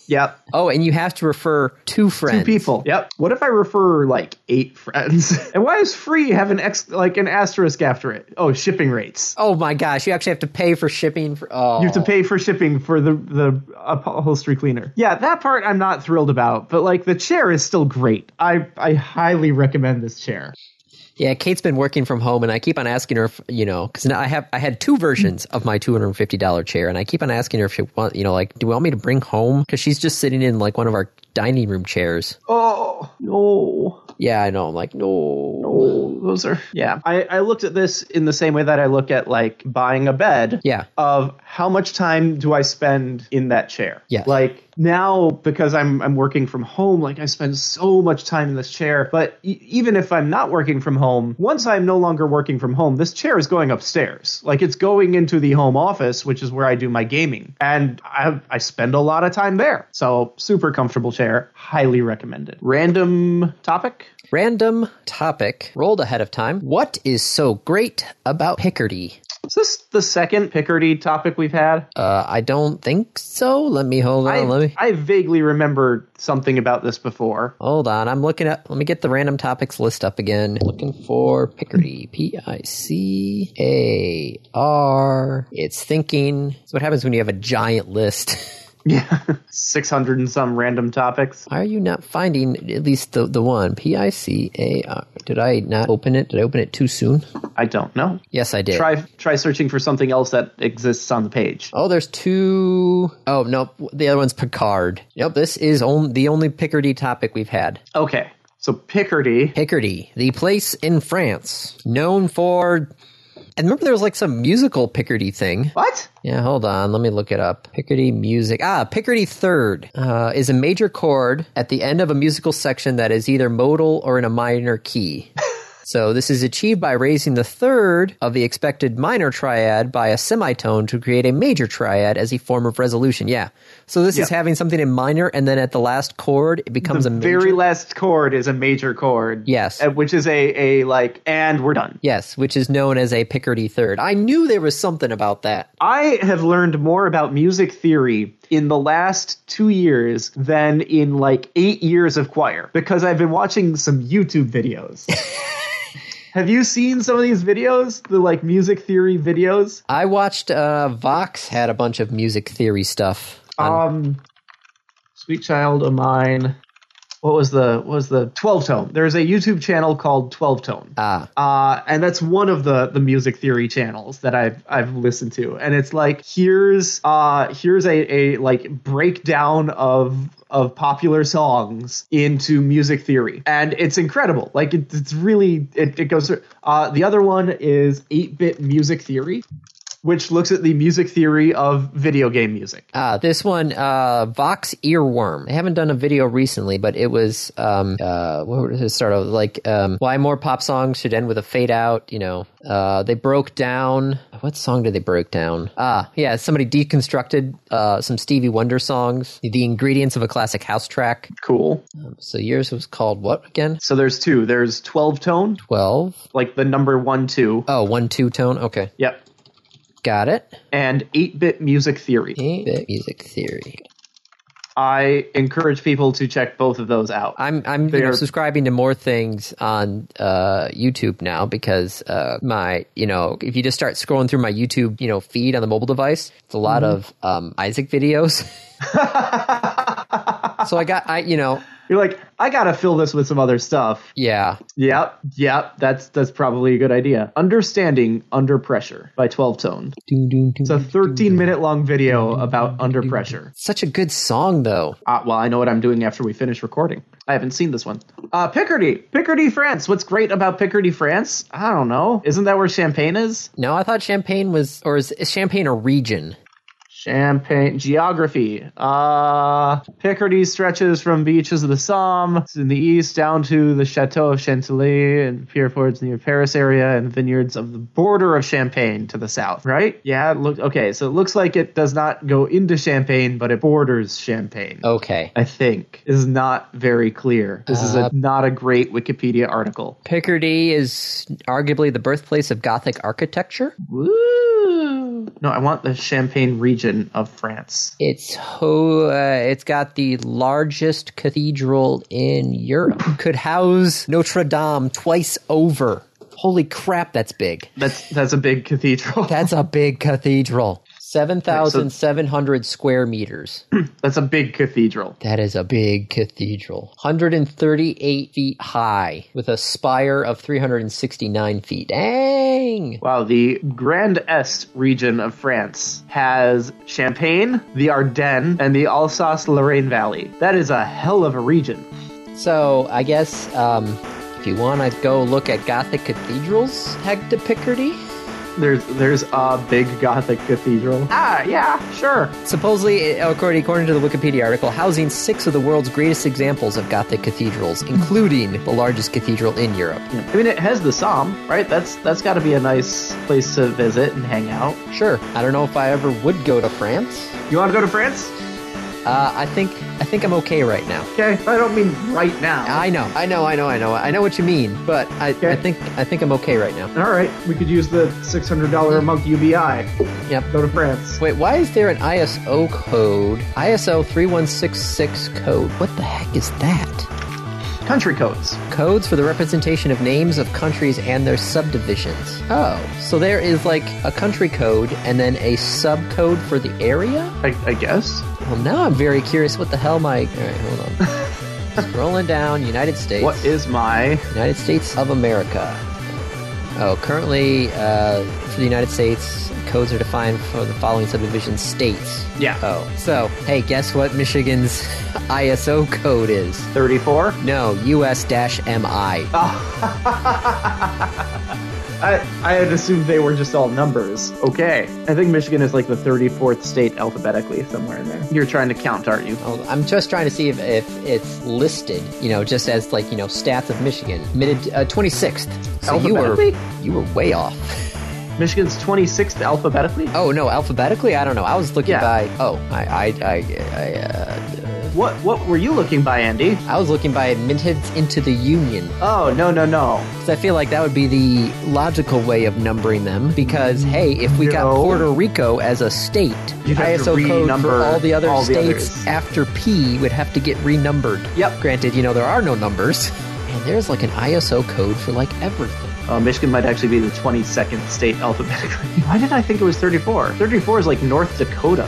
[SPEAKER 2] Yep.
[SPEAKER 1] Oh, and you have to refer two friends.
[SPEAKER 2] people. Yep. What if I refer like eight friends? and why is free have an ex like an asterisk after it? Oh, shipping rates.
[SPEAKER 1] Oh my gosh, you actually have to pay for shipping for oh
[SPEAKER 2] You have to pay for shipping for the the upholstery cleaner. Yeah, that part I'm not thrilled about, but like the chair is still great. I I highly recommend this chair.
[SPEAKER 1] Yeah, Kate's been working from home, and I keep on asking her, if, you know, because I have I had two versions of my two hundred and fifty dollar chair, and I keep on asking her if she want, you know, like, do you want me to bring home? Because she's just sitting in like one of our dining room chairs.
[SPEAKER 2] Oh no.
[SPEAKER 1] Yeah, I know. I'm like, no,
[SPEAKER 2] Oh, those are yeah. I, I looked at this in the same way that I look at like buying a bed.
[SPEAKER 1] Yeah.
[SPEAKER 2] Of how much time do I spend in that chair?
[SPEAKER 1] Yes.
[SPEAKER 2] Like now because I'm I'm working from home, like I spend so much time in this chair. But e- even if I'm not working from home, once I'm no longer working from home, this chair is going upstairs. Like it's going into the home office, which is where I do my gaming, and I I spend a lot of time there. So super comfortable chair, highly recommended. Random topic.
[SPEAKER 1] Random topic rolled ahead of time. What is so great about Picardy?
[SPEAKER 2] Is this the second Picardy topic we've had?
[SPEAKER 1] Uh, I don't think so. Let me hold on.
[SPEAKER 2] I,
[SPEAKER 1] let me
[SPEAKER 2] I vaguely remember something about this before.
[SPEAKER 1] hold on. I'm looking up. Let me get the random topics list up again. Looking for Picardy. P I C A R. It's thinking. It's what happens when you have a giant list.
[SPEAKER 2] Yeah, six hundred and some random topics.
[SPEAKER 1] Why are you not finding at least the the one? P I C A R. Did I not open it? Did I open it too soon?
[SPEAKER 2] I don't know.
[SPEAKER 1] Yes, I did.
[SPEAKER 2] Try try searching for something else that exists on the page.
[SPEAKER 1] Oh, there's two oh nope. The other one's Picard. Nope. This is on, the only Picardy topic we've had.
[SPEAKER 2] Okay, so Picardy.
[SPEAKER 1] Picardy, the place in France known for. And remember, there was like some musical Picardy thing.
[SPEAKER 2] What?
[SPEAKER 1] Yeah, hold on. Let me look it up. Picardy music. Ah, Picardy third uh, is a major chord at the end of a musical section that is either modal or in a minor key. So this is achieved by raising the third of the expected minor triad by a semitone to create a major triad as a form of resolution. Yeah. So this is
[SPEAKER 2] Yeah.
[SPEAKER 1] having something in minor, and then at the last chord, it becomes a major.
[SPEAKER 2] Very last chord is a major chord.
[SPEAKER 1] Yes.
[SPEAKER 2] uh, which is a a like, and we're done.
[SPEAKER 1] Yes, which is known as a Picardy third. I knew there was something about that.
[SPEAKER 2] I have learned more about music theory in the last two years than in like eight years of choir because I've been watching some YouTube videos. have you seen some of these videos? The like music theory videos?
[SPEAKER 1] I watched uh, Vox had a bunch
[SPEAKER 2] Oh.
[SPEAKER 1] of music theory stuff. on-
[SPEAKER 2] Um, Sweet Child of Mine. what was the what was the 12 tone there's a youtube channel called 12 tone
[SPEAKER 1] Ah.
[SPEAKER 2] uh, and that's one of the the music theory channels that i've i've listened to and it's like here's uh here's a a like breakdown of of popular songs into music theory and it's incredible like it, it's really it, it goes through uh the other one is 8-bit music theory which looks at the music theory of video game music
[SPEAKER 1] Uh, this one, uh, Vox Earworm. They haven't done a video recently, but it was, um, uh, what was it start of? Like, um, why more pop songs should end with a fade out, you know. Uh, they broke down, what song did they break down? Ah, yeah, somebody deconstructed, uh, some Stevie Wonder songs, the ingredients of a classic house track.
[SPEAKER 2] cool
[SPEAKER 1] So yours was called what again?
[SPEAKER 2] so there's two there's 12 tone
[SPEAKER 1] 12?
[SPEAKER 2] like the number one two.
[SPEAKER 1] Oh, one, two tone. Okay.
[SPEAKER 2] Yep.
[SPEAKER 1] Got it.
[SPEAKER 2] And 8 bit music theory.
[SPEAKER 1] 8-bit music theory.
[SPEAKER 2] I encourage people to check both of those out.
[SPEAKER 1] I'm I'm you
[SPEAKER 2] They
[SPEAKER 1] know,
[SPEAKER 2] are-
[SPEAKER 1] subscribing to more things on uh, YouTube now because uh, my you know if you just start scrolling through my YouTube you know feed on the mobile device, it's a lot of um, Isaac videos. so I got I you know
[SPEAKER 2] You're like, I gotta fill this with some other stuff.
[SPEAKER 1] yeah
[SPEAKER 2] Yep, yep, that's that's probably a good idea. Understanding Under Pressure by 12 Tone. It's a 13 minute long video about Under Pressure.
[SPEAKER 1] such a good song though.
[SPEAKER 2] Uh, well, I know what I'm doing after we finish recording. I haven't seen this one. Uh, Picardy, Picardy, France. What's great about Picardy, France? I don't know. Isn't that where champagne is?
[SPEAKER 1] No, I thought Champagne was or is is Champagne a region?
[SPEAKER 2] Champagne geography. Uh, Picardy stretches from beaches of the Somme in the east down to the Chateau of Chantilly and Pierreforts near Paris area and vineyards of the border of Champagne to the south. Right? Yeah. it Look. Okay. So it looks like it does not go into Champagne, but it borders Champagne.
[SPEAKER 1] Okay,
[SPEAKER 2] I think is not very clear. This is a,
[SPEAKER 1] Uh,
[SPEAKER 2] not a great Wikipedia article.
[SPEAKER 1] Picardy is arguably the birthplace of Gothic architecture.
[SPEAKER 2] Woo! No, I want the Champagne region of France.
[SPEAKER 1] It's ho- uh, it's got the largest cathedral in Europe. Could house Notre Dame twice over. Holy crap, that's big.
[SPEAKER 2] That's that's a big cathedral.
[SPEAKER 1] That's a big cathedral. 7,700 square meters.
[SPEAKER 2] That's a big cathedral.
[SPEAKER 1] That is a big cathedral. 138 feet high with a spire of 369 feet. Dang!
[SPEAKER 2] Wow, the Grand Est region of France has Champagne, the Ardennes, and the Alsace Lorraine Valley. That is a hell of a region.
[SPEAKER 1] So I guess um, if you want to go look at Gothic cathedrals, head to Picardy.
[SPEAKER 2] There's there's a big Gothic cathedral. Ah, yeah, sure.
[SPEAKER 1] Supposedly, according, according to the Wikipedia article, housing six of the world's greatest examples of Gothic cathedrals, including the largest cathedral in Europe. Hmm,
[SPEAKER 2] I mean, it has the Somme, right? That's that's got to be a nice place to visit and hang out.
[SPEAKER 1] Sure, I don't know if I ever would go to France.
[SPEAKER 2] You want to go to France?
[SPEAKER 1] Uh, I think I think I'm okay right now.
[SPEAKER 2] Okay, I don't mean right now.
[SPEAKER 1] I know, I know, I know, I know, I know what you mean, but I, I
[SPEAKER 2] Okay.
[SPEAKER 1] think I think I'm okay right now.
[SPEAKER 2] All right, we could use the six hundred dollar a month UBI.
[SPEAKER 1] Yep.
[SPEAKER 2] Go to France.
[SPEAKER 1] Wait, why is there an ISO code? ISO 3166 code. What the heck is that?
[SPEAKER 2] Country codes.
[SPEAKER 1] Codes for the representation of names of countries and their subdivisions. Oh, so there is like a country code and then a subcode for the area?
[SPEAKER 2] I, I guess.
[SPEAKER 1] Well, now I'm very curious what the hell my. Alright, hold on. Scrolling down, United States.
[SPEAKER 2] What is my
[SPEAKER 1] United States of America. Oh, currently, uh, for the United States, codes are defined for the following subdivision states.
[SPEAKER 2] Yeah.
[SPEAKER 1] Oh, so, hey, guess what Michigan's ISO code is?
[SPEAKER 2] 34?
[SPEAKER 1] No, US MI.
[SPEAKER 2] I, I had assumed they were just all numbers. Okay. I think Michigan is like the 34th state alphabetically, somewhere in there. You're trying to count, aren't you?
[SPEAKER 1] Hold on, Oh, I'm just trying to see if, if it's listed, you know, just as like, you know, stats of Michigan. Mid uh, 26th. So you were,
[SPEAKER 2] Alphabetically?
[SPEAKER 1] you were way off.
[SPEAKER 2] Michigan's 26th alphabetically?
[SPEAKER 1] Oh, no, alphabetically? I don't know. I was looking
[SPEAKER 2] Yeah.
[SPEAKER 1] by. Oh, I, I, I, I uh,
[SPEAKER 2] What what were you looking by, Andy?
[SPEAKER 1] I was looking by admitted into the Union
[SPEAKER 2] Oh, no, no, no.
[SPEAKER 1] because I feel like that would be the logical way of numbering them. Because hey, if we got
[SPEAKER 2] No.
[SPEAKER 1] Puerto Rico as a state,
[SPEAKER 2] Mm-hmm. You'd have to
[SPEAKER 1] ISO code for
[SPEAKER 2] renumber
[SPEAKER 1] all the other
[SPEAKER 2] all the
[SPEAKER 1] states
[SPEAKER 2] others.
[SPEAKER 1] after P would have to get renumbered.
[SPEAKER 2] Yep.
[SPEAKER 1] Granted, you know there are no numbers, and there's like an ISO code for like everything.
[SPEAKER 2] Oh, Michigan might actually be the 22nd state alphabetically. Why did I think it was 34? 34 is like North Dakota.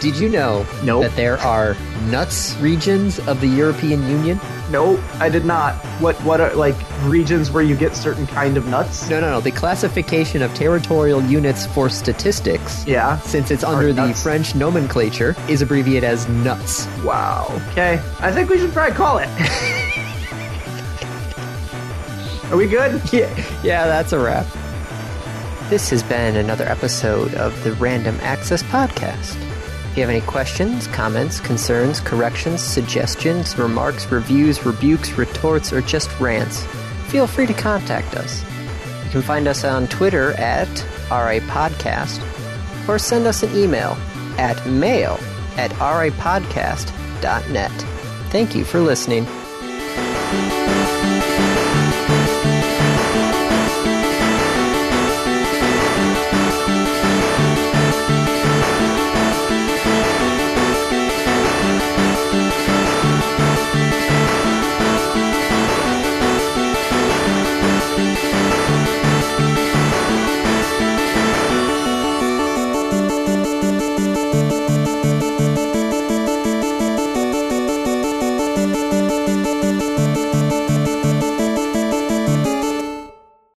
[SPEAKER 1] Did you know
[SPEAKER 2] Nope.
[SPEAKER 1] that there are nuts regions of the European Union?
[SPEAKER 2] No, I did not. What what are like regions where you get certain kind of nuts?
[SPEAKER 1] No, no, no. The classification of territorial units for statistics,
[SPEAKER 2] Yeah.
[SPEAKER 1] since it's under the
[SPEAKER 2] nuts.
[SPEAKER 1] French nomenclature, is abbreviated as nuts.
[SPEAKER 2] Wow. Okay. I think we should probably call it. Are we good?
[SPEAKER 1] yeah, yeah, that's a wrap. This has been another episode of the Random Access Podcast. If you have any questions, comments, concerns, corrections, suggestions, remarks, reviews, rebukes, retorts, or just rants, feel free to contact us. You can find us on Twitter at RAPodcast or send us an email at mail at rapodcast.net. Thank you for listening.